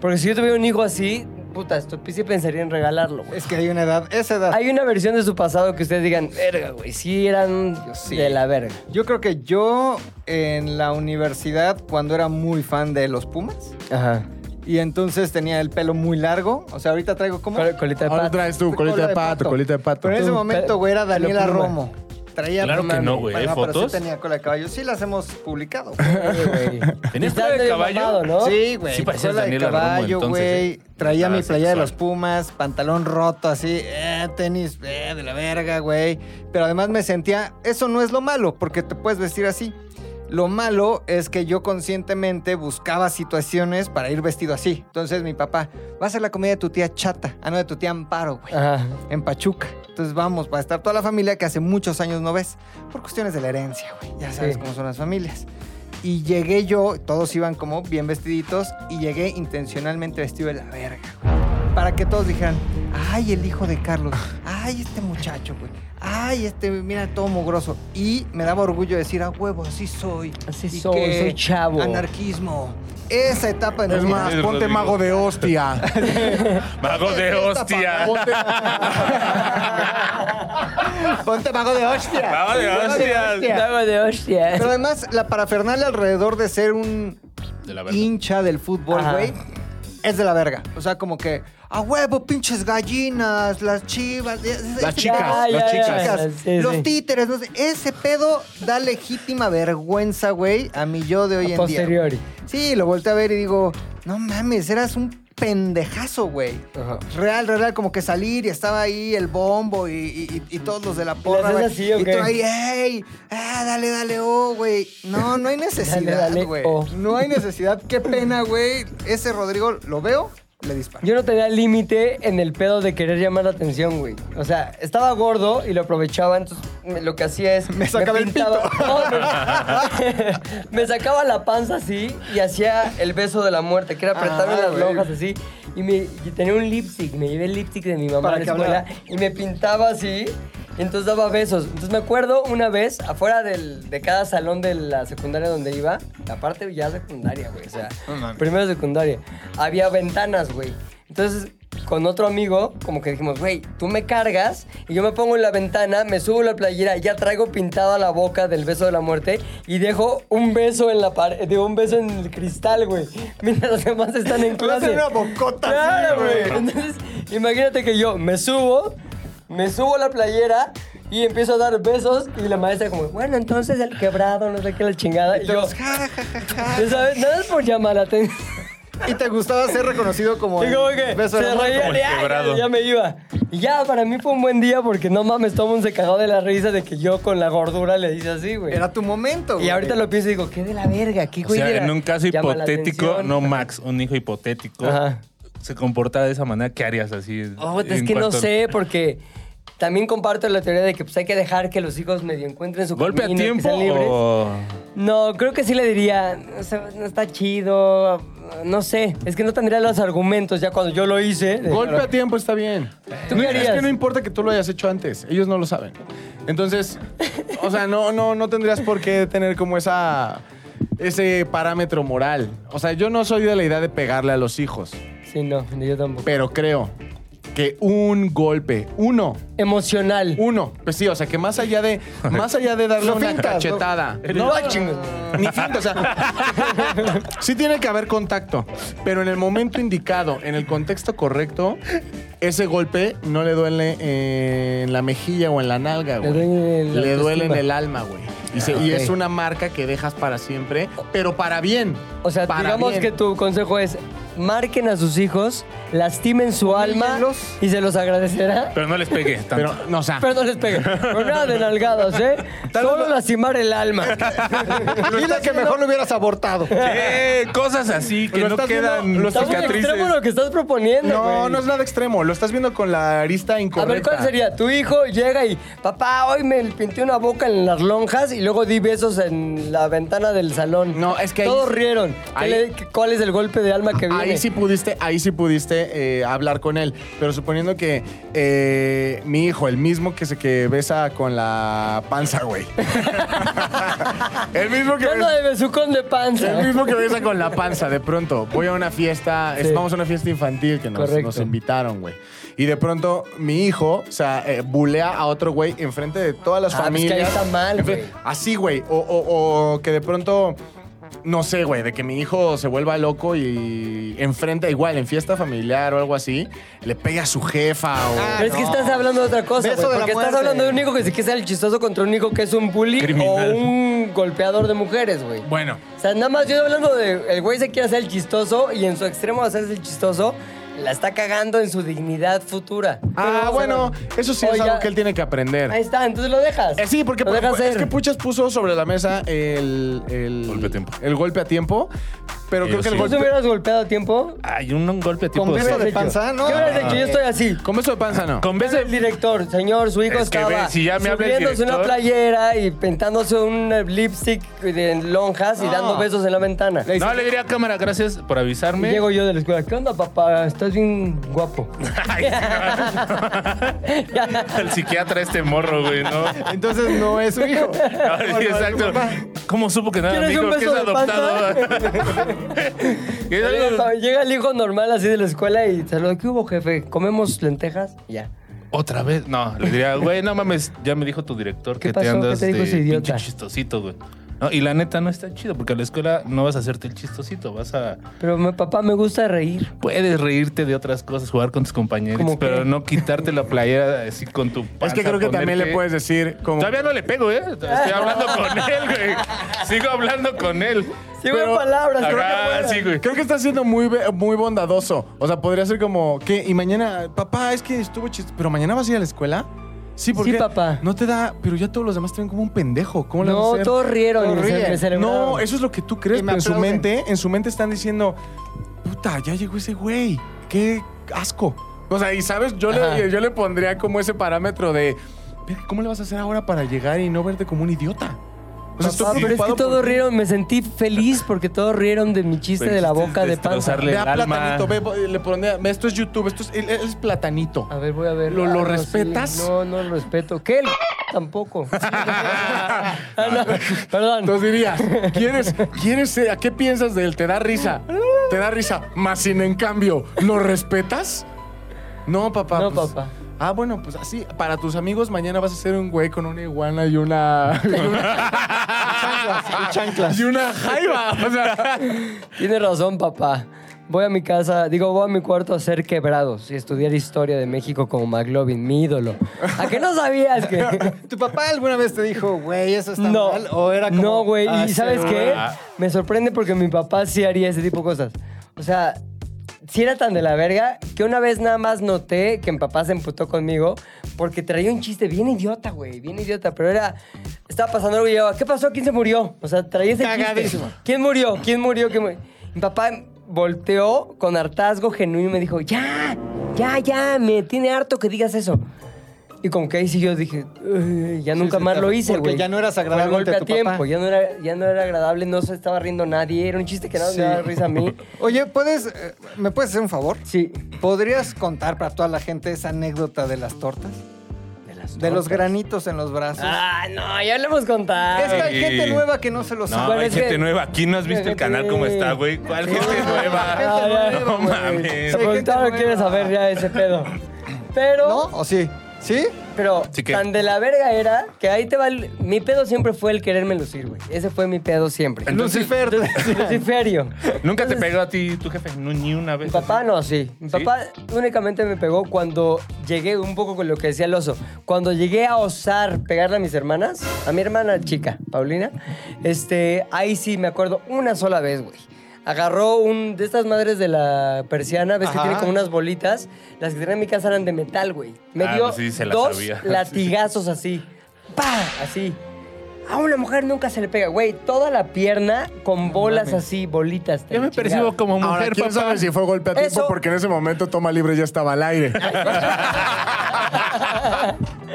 Speaker 1: Porque si yo tuviera un hijo así, puta, esto sí pensaría en regalarlo, güey.
Speaker 3: Es que hay una edad, esa edad.
Speaker 1: Hay una versión de su pasado que ustedes digan, verga, güey, sí eran
Speaker 3: sí.
Speaker 1: de la verga.
Speaker 3: Yo creo que yo en la universidad, cuando era muy fan de los Pumas,
Speaker 1: Ajá.
Speaker 3: y entonces tenía el pelo muy largo. O sea, ahorita traigo como.
Speaker 1: colita de
Speaker 2: Ahora
Speaker 1: pato.
Speaker 2: traes tu colita de pato, colita de pato.
Speaker 3: Pero en ese
Speaker 1: Tú,
Speaker 3: momento,
Speaker 1: pe-
Speaker 3: güey, era
Speaker 1: pelo
Speaker 3: Daniela
Speaker 1: pluma.
Speaker 3: Romo. Traía
Speaker 4: Claro
Speaker 3: pluma,
Speaker 4: que no, güey. ¿Hay
Speaker 3: Bueno, Pero
Speaker 4: fotos?
Speaker 3: sí tenía cola de caballo. Sí las hemos publicado.
Speaker 1: Sí, güey.
Speaker 4: ¿Tenías
Speaker 1: Está
Speaker 4: cola de
Speaker 1: medio
Speaker 4: caballo?
Speaker 1: mamado, ¿no?
Speaker 3: Sí, güey. pues,
Speaker 4: Sí parecías
Speaker 3: cola de
Speaker 4: Daniela Romo,
Speaker 3: caballo,
Speaker 4: entonces,
Speaker 3: güey.
Speaker 4: ¿eh?
Speaker 3: Traía
Speaker 4: Nada
Speaker 3: mi playa de
Speaker 4: sexual.
Speaker 3: los Pumas, pantalón roto así, eh, tenis eh, de la verga, güey. Pero además me sentía, eso no es lo malo, porque te puedes vestir así. Lo malo es que yo conscientemente buscaba situaciones para ir vestido así. Entonces mi papá, va a ser la comida de tu tía Chata, ah no, de tu tía Amparo, güey
Speaker 1: Ajá.
Speaker 3: en Pachuca. Entonces vamos, para estar toda la familia que hace muchos años no ves, por cuestiones de la herencia, güey. Ya sabes
Speaker 1: Sí.
Speaker 3: cómo son las familias. Y llegué yo, todos iban como bien vestiditos, y llegué intencionalmente vestido de la verga, güey. Para que todos dijeran, ay, el hijo de Carlos, ay, este muchacho, güey, ay, este, mira, todo mugroso. Y me daba orgullo decir, a huevo, así soy.
Speaker 1: Así
Speaker 3: ¿Y
Speaker 1: soy,
Speaker 3: qué?
Speaker 1: soy chavo.
Speaker 3: Anarquismo. Esa etapa de
Speaker 2: Es
Speaker 3: mi
Speaker 2: más,
Speaker 3: vida-
Speaker 2: ponte
Speaker 4: Rodrigo.
Speaker 2: mago de hostia.
Speaker 4: Mago de hostia.
Speaker 2: Ponte-
Speaker 3: Ponte mago de hostia.
Speaker 4: Mago de hostias.
Speaker 1: Dago de hostia.
Speaker 3: Pero además, la parafernalia alrededor de ser un
Speaker 4: De la verga.
Speaker 3: hincha del fútbol,
Speaker 1: Ajá.
Speaker 3: güey, es de la verga. O sea, como que, a huevo, pinches gallinas, las chivas.
Speaker 2: Las
Speaker 3: ese-
Speaker 2: chicas,
Speaker 1: Ya,
Speaker 2: las
Speaker 1: ya, ya,
Speaker 2: chicas.
Speaker 1: ya, sí,
Speaker 3: Ah, los
Speaker 1: sí.
Speaker 3: títeres, no sé. Ese pedo da legítima vergüenza, güey, a mi yo de hoy en día.
Speaker 1: Posteriori.
Speaker 3: Sí, lo volteé a ver y digo, no mames, eras un pendejazo, güey.
Speaker 1: Ajá.
Speaker 3: Real, real, como que salir y estaba ahí el bombo y, y- y- y todos los de la porra,
Speaker 1: haces
Speaker 3: güey.
Speaker 1: así o
Speaker 3: y
Speaker 1: qué?
Speaker 3: tú ahí, ¡ey! ¡Ah, dale, dale, oh, güey! No, no hay necesidad,
Speaker 1: dale,
Speaker 3: güey.
Speaker 1: oh.
Speaker 3: No hay necesidad. Qué pena, güey. Ese Rodrigo, lo veo, le disparo.
Speaker 1: Yo no tenía límite en el pedo de querer llamar la atención, güey. O sea, estaba gordo y lo aprovechaba, entonces me- lo que hacía es...
Speaker 3: Me sacaba el pito.
Speaker 1: No, no. me sacaba la panza así y hacía el beso de la muerte, que era apretarme
Speaker 3: Ah,
Speaker 1: las
Speaker 3: güey.
Speaker 1: lonjas así. Y, me, y tenía un lipstick, me llevé el lipstick de mi mamá
Speaker 3: Para
Speaker 1: a la
Speaker 3: que
Speaker 1: escuela
Speaker 3: hablara.
Speaker 1: y me pintaba así. Y entonces daba besos. Entonces me acuerdo una vez, afuera del- de cada salón de la secundaria donde iba, la parte ya secundaria, güey. O sea, primero secundaria. Había ventanas, güey. Entonces, con otro amigo, como que dijimos, güey, tú me cargas y yo me pongo en la ventana, me subo la playera, y ya traigo pintada la boca del beso de la muerte y dejo un beso en la pared, digo, un beso en el cristal, güey. Mientras los demás están en
Speaker 3: Vas a
Speaker 1: clase.
Speaker 3: hacer una bocota así,
Speaker 1: Claro,
Speaker 3: güey.
Speaker 1: güey. Entonces, imagínate que yo me subo, me subo la playera y empiezo a dar besos y la maestra como, bueno, entonces el quebrado, no sé qué, la chingada. Y yo,
Speaker 3: Todos, "Ja, ja, ja, ja".
Speaker 1: ya ¿sabes? Nada es por llamar la atención.
Speaker 3: Y te gustaba ser reconocido como
Speaker 1: Y
Speaker 3: el
Speaker 1: como que
Speaker 3: beso de
Speaker 1: se
Speaker 3: la muerte.
Speaker 1: reía,
Speaker 4: como el
Speaker 1: ya, ya,
Speaker 4: quebrado.
Speaker 1: ya me iba. Y ya, para mí fue un buen día porque no mames, todo el mundo se cagó de la risa de que yo con la gordura le hice así, güey.
Speaker 3: Era tu momento,
Speaker 1: Y
Speaker 3: güey.
Speaker 1: ahorita lo pienso y digo, qué de la verga, qué
Speaker 4: O
Speaker 1: güey. de
Speaker 4: sea,
Speaker 1: la-
Speaker 4: en un caso
Speaker 1: llama la
Speaker 4: hipotético,
Speaker 1: atención?
Speaker 4: no Max, un hijo hipotético,
Speaker 1: Ajá.
Speaker 4: se comportara de esa manera, ¿qué harías así?
Speaker 1: Oh, es
Speaker 4: en
Speaker 1: que no
Speaker 4: cuanto-
Speaker 1: sé, porque también comparto la teoría de que pues, hay que dejar que los hijos medio encuentren su
Speaker 4: ¿Golpe a
Speaker 1: camino, que
Speaker 4: tiempo
Speaker 1: sean libres.
Speaker 4: o...?
Speaker 1: No, creo que sí le diría, o sea, no está chido, no sé. Es que no tendría los argumentos ya cuando yo lo hice. de-
Speaker 2: Golpe a tiempo está bien.
Speaker 1: ¿Tú
Speaker 2: No,
Speaker 1: qué
Speaker 2: es
Speaker 1: harías?
Speaker 2: que no importa que tú lo hayas hecho antes, ellos no lo saben. Entonces, o sea, no, no, no tendrías por qué tener como esa ese parámetro moral. O sea, yo no soy de la idea de pegarle a los hijos,
Speaker 1: Sí, no, ni yo tampoco.
Speaker 2: pero creo que un golpe, uno,
Speaker 1: Emocional.
Speaker 2: uno, pues sí, o sea, que más allá de más allá de darle
Speaker 3: No
Speaker 2: una
Speaker 3: fintas, no.
Speaker 2: cachetada,
Speaker 1: No, chingo.
Speaker 2: ni finta, o sea. Sí tiene que haber contacto, pero en el momento indicado, en el contexto correcto, ese golpe no le duele eh, en la mejilla o en la nalga,
Speaker 1: Le
Speaker 2: güey.
Speaker 1: duele en la
Speaker 2: Le duele en
Speaker 1: autoestima.
Speaker 2: el alma, güey. Y, se-
Speaker 1: Ah,
Speaker 2: y
Speaker 1: ok.
Speaker 2: es una marca que dejas para siempre, pero para bien.
Speaker 1: O sea,
Speaker 2: para
Speaker 1: digamos
Speaker 2: bien.
Speaker 1: que tu consejo es, marquen a sus hijos, lastimen su alma
Speaker 3: Humíllenlos.
Speaker 1: y se los agradecerá.
Speaker 4: Pero no les pegué tanto.
Speaker 2: Pero, no, o sea,
Speaker 1: Pero no les peguen. Pero nada de nalgadas, ¿eh? Solo lastimar el alma.
Speaker 3: Dile que mejor lo hubieras abortado.
Speaker 4: Eh, Cosas así que
Speaker 2: Lo
Speaker 4: no
Speaker 2: estás viendo-
Speaker 4: quedan
Speaker 2: lo estás
Speaker 1: Está muy
Speaker 4: cicatrices.
Speaker 1: extremo lo que estás proponiendo,
Speaker 2: no,
Speaker 1: güey.
Speaker 2: no es nada extremo. Lo estás viendo con la arista
Speaker 1: A
Speaker 2: incorrecta.
Speaker 1: ver, ¿cuál sería? Tu hijo llega y, papá, hoy me pinté una boca en las lonjas y luego di besos en la ventana del salón.
Speaker 2: No, es que ahí-
Speaker 1: Todos rieron. ¿Qué
Speaker 2: ahí-
Speaker 1: le- ¿Cuál es el golpe de alma que viene?
Speaker 2: Ahí sí pudiste, ahí sí pudiste eh, hablar con él. Pero suponiendo que eh, mi hijo, el mismo que se que besa con la panza, güey. el mismo que
Speaker 1: Anda de besucón de panza.
Speaker 2: el mismo que besa con la panza, de pronto. Voy a una fiesta,
Speaker 1: Sí.
Speaker 2: es- vamos a una fiesta infantil que nos,
Speaker 1: Correcto.
Speaker 2: nos invitaron, güey. Y de pronto mi hijo, o sea, eh, bulea a otro güey enfrente de todas las
Speaker 1: Ah, pues que
Speaker 2: familias.
Speaker 1: ahí está mal,
Speaker 2: En fin,
Speaker 1: güey.
Speaker 2: Así, güey. O, o- o que de pronto, no sé, güey, de que mi hijo se vuelva loco y enfrente, igual, en fiesta familiar o algo así, le pegue a su jefa o.
Speaker 3: Ah,
Speaker 1: Pero es que estás hablando de otra cosa,
Speaker 3: Beso
Speaker 1: güey,
Speaker 3: de la
Speaker 1: porque estás
Speaker 3: muerte.
Speaker 1: hablando de un hijo que se quiere ser el chistoso contra un hijo que es un bully
Speaker 4: Criminal.
Speaker 1: o un golpeador de mujeres, güey.
Speaker 4: Bueno,
Speaker 1: O sea, nada más yo estoy hablando de el güey se quiere hacer el chistoso y en su extremo de hacerse el chistoso la está cagando en su dignidad futura.
Speaker 2: Ah, bueno, eso sí es
Speaker 1: Oye,
Speaker 2: algo que él tiene que aprender.
Speaker 1: Ahí está, entonces lo dejas.
Speaker 2: Eh, sí, porque
Speaker 1: lo dejas
Speaker 2: es
Speaker 1: ser.
Speaker 2: que Puchas puso sobre la mesa el, el-
Speaker 4: Golpe a tiempo.
Speaker 2: El golpe a tiempo. Pero
Speaker 4: Yo
Speaker 2: creo que el
Speaker 4: sí.
Speaker 1: ¿Vos
Speaker 2: golpe.
Speaker 1: hubieras golpeado a tiempo?
Speaker 4: hay un, un golpe tipo...
Speaker 3: Con
Speaker 1: ¿Qué
Speaker 3: beso
Speaker 1: hubieras
Speaker 3: de
Speaker 1: hecho?
Speaker 3: panza, ¿no?
Speaker 1: ¿Qué hubieras hecho? Yo estoy así.
Speaker 2: Con beso de panza, no.
Speaker 4: Con beso
Speaker 1: El director, señor, su hijo
Speaker 4: Es que
Speaker 1: estaba
Speaker 4: ve, si ya me habla el
Speaker 1: subiéndose una
Speaker 4: director.
Speaker 1: playera y pintándose un eh, lipstick de lonjas y
Speaker 2: Ah.
Speaker 1: dando besos en la ventana.
Speaker 4: No, le diría a cámara, gracias por
Speaker 1: Y
Speaker 4: avisarme.
Speaker 1: llego yo de la escuela, ¿qué onda, papá? Estás bien guapo.
Speaker 4: Ay, sí, no. El psiquiatra este morro, güey, ¿no?
Speaker 3: Entonces no es su hijo.
Speaker 4: Ah, sí, exacto. ¿Cómo supo que no era mi
Speaker 1: ¿Quieres un
Speaker 4: hijo? Ah, Que es
Speaker 1: beso de
Speaker 4: adoptado. Que es algo-
Speaker 1: Llega, llega el hijo normal así de la escuela y saluda, ¿qué hubo, jefe? ¿Comemos lentejas? Ya.
Speaker 4: Otra vez. No, le diría, güey, no mames, ya me dijo tu director
Speaker 1: ¿Qué
Speaker 4: que te
Speaker 1: pasó?
Speaker 4: andas
Speaker 1: ¿Qué te dijo
Speaker 4: de
Speaker 1: ese idiota?
Speaker 4: pinche chistosito, güey. No, y la neta no está chido, porque a la escuela no vas a hacerte el chistosito, vas a...
Speaker 1: Pero mi papá me gusta reír.
Speaker 4: Puedes reírte de otras cosas, jugar con tus compañeros,
Speaker 1: ¿Cómo qué?
Speaker 4: pero no quitarte la playera así con tu
Speaker 2: Es que
Speaker 4: panza,
Speaker 2: creo que también
Speaker 4: ponerte-
Speaker 2: le puedes decir como...
Speaker 4: Todavía no le pego, ¿eh? Estoy hablando con él, güey. Sigo hablando con él.
Speaker 1: Sí, güey, palabras, creo que
Speaker 4: Ajá,
Speaker 1: puedo.
Speaker 4: sí, güey.
Speaker 2: Creo que está siendo muy, be- muy bondadoso. O sea, podría ser como, ¿qué? Y mañana, papá, es que estuvo chiste. ¿Pero mañana vas a ir a la escuela? Sí, porque
Speaker 1: Sí, papá.
Speaker 2: no te da, pero ya todos los demás te ven como un pendejo. ¿Cómo le vas a
Speaker 1: No,
Speaker 2: hacer?
Speaker 1: todos rieron. y
Speaker 3: Todos
Speaker 1: se-
Speaker 3: ríen.
Speaker 1: me celebraron.
Speaker 2: No, eso es lo que tú crees,
Speaker 3: Y me
Speaker 2: pero en su
Speaker 3: aplauden.
Speaker 2: mente, en su mente están diciendo, puta, ya llegó ese güey, qué asco. O sea, y sabes, yo le, yo le pondría como ese parámetro de, "Verga, ¿cómo le vas a hacer ahora para llegar y no verte como un idiota? O sea, estoy
Speaker 1: Papá, pero es que
Speaker 2: preocupado
Speaker 1: todos
Speaker 2: por ti.
Speaker 1: rieron, me sentí feliz porque todos rieron de mi chiste
Speaker 4: Pero
Speaker 1: de la
Speaker 4: hiciste
Speaker 1: boca de panza.
Speaker 4: destrozarle
Speaker 2: Ve
Speaker 4: el
Speaker 2: a
Speaker 4: alma.
Speaker 2: Platanito, ve, ve, le pondría, ve, esto es YouTube, esto es, él- él es Platanito.
Speaker 1: A ver, voy a ver.
Speaker 2: ¿Lo- lo
Speaker 1: Ah, no,
Speaker 2: respetas?
Speaker 1: sí, No, no lo respeto. ¿Qué? El Tampoco. Ah, no, Perdón.
Speaker 2: Entonces diría, ¿quieres, quieres, ser- ¿a qué piensas de él? ¿Te da risa? ¿Te da risa? Más sin en cambio, ¿lo respetas? No, papá.
Speaker 1: No,
Speaker 2: pues-
Speaker 1: papá.
Speaker 2: Ah, bueno, pues así, para tus amigos mañana vas a ser un güey con una iguana y una... y una-
Speaker 3: Y chanclas.
Speaker 2: Y una jaiba. O sea,
Speaker 1: Tienes razón, papá. Voy a mi casa, digo, voy a mi cuarto a ser quebrados y estudiar historia de México como McLovin, mi ídolo. ¿A qué no sabías que.?
Speaker 3: ¿Tu papá alguna vez te dijo, güey, eso está
Speaker 1: No,
Speaker 3: mal? ¿O era como,
Speaker 1: no, güey.
Speaker 3: "Ah,
Speaker 1: ¿Y
Speaker 3: sí,
Speaker 1: sabes
Speaker 3: güey"?
Speaker 1: qué? Me sorprende porque mi papá sí haría ese tipo de cosas. O sea, si era tan de la verga que una vez nada más noté que mi papá se emputó conmigo porque traía un chiste bien idiota, güey. Bien idiota, pero era... Estaba pasando algo y yo, ¿qué pasó? ¿Quién se murió? O sea, traía ese
Speaker 3: Cagadísimo.
Speaker 1: chiste. ¿Quién murió? ¿Quién murió? ¿Quién murió? Mi papá volteó con hartazgo genuino y me dijo, ya, ya, ya, me tiene harto que digas eso. Y como que ahí sí yo dije, "Ay, ya
Speaker 3: Sí,
Speaker 1: nunca
Speaker 3: sí,
Speaker 1: más
Speaker 3: te-
Speaker 1: lo hice, güey.
Speaker 3: porque ya no eras
Speaker 1: Fue el
Speaker 3: agradable
Speaker 1: golpe
Speaker 3: ante
Speaker 1: a
Speaker 3: tu papá.
Speaker 1: tiempo, ya no, era, ya no era agradable, no se estaba riendo nadie, era un chiste que nada más me
Speaker 3: Sí.
Speaker 1: daba risa a mí.
Speaker 3: Oye, ¿puedes, eh, ¿me puedes hacer un favor?
Speaker 1: Sí.
Speaker 3: ¿Podrías contar para toda la gente esa anécdota de las tortas?
Speaker 1: De, las
Speaker 3: De los
Speaker 1: tortas.
Speaker 3: granitos en los brazos.
Speaker 1: Ah, no, ya lo hemos contado.
Speaker 3: es que hay
Speaker 4: Ay.
Speaker 3: gente nueva que no se lo
Speaker 4: No,
Speaker 3: sabe.
Speaker 1: Bueno,
Speaker 4: hay
Speaker 1: es
Speaker 4: gente
Speaker 1: que-
Speaker 4: nueva. Aquí no has visto el
Speaker 1: Gente
Speaker 4: canal cómo está, güey. ¿Cuál gente nueva?
Speaker 1: Ah, ya,
Speaker 4: No
Speaker 1: güey.
Speaker 4: mames.
Speaker 1: Se preguntaron, quiere pues, saber ya ese pedo. Pero,
Speaker 3: ¿No? ¿O sí? ¿Sí?
Speaker 1: pero
Speaker 4: Sí que-
Speaker 1: tan de la verga era que ahí te va. el- Mi pedo siempre fue el quererme lucir, güey. Ese fue mi pedo siempre.
Speaker 4: Entonces,
Speaker 3: Lucifer.
Speaker 1: Luciferio.
Speaker 4: ¿Nunca te pegó a ti tu jefe? No, ni una
Speaker 1: Mi
Speaker 4: vez.
Speaker 1: papá
Speaker 4: así.
Speaker 1: no, sí. Mi
Speaker 4: ¿Sí?
Speaker 1: papá únicamente me pegó cuando llegué un poco con lo que decía el oso. Cuando llegué a osar pegarle a mis hermanas, a mi hermana chica, Paulina, este, ahí sí me acuerdo una sola vez, güey. Agarró un de estas madres de la persiana, ves que
Speaker 3: Ajá.
Speaker 1: tiene como unas bolitas. Las que tenía en mi casa eran de metal, güey. Me
Speaker 4: Ah,
Speaker 1: dio
Speaker 4: pues sí, se la
Speaker 1: dos
Speaker 4: sabía.
Speaker 1: latigazos así. ¡Pah! Así. A una mujer nunca se le pega, güey. Toda la pierna con bolas así, bolitas.
Speaker 4: Yo me
Speaker 1: chingada.
Speaker 4: percibo como mujer,
Speaker 2: ahora, ¿quién
Speaker 4: papá.
Speaker 2: sabe si fue golpe a tiempo?
Speaker 1: Eso-
Speaker 2: Porque en ese momento Toma Libre ya estaba al aire.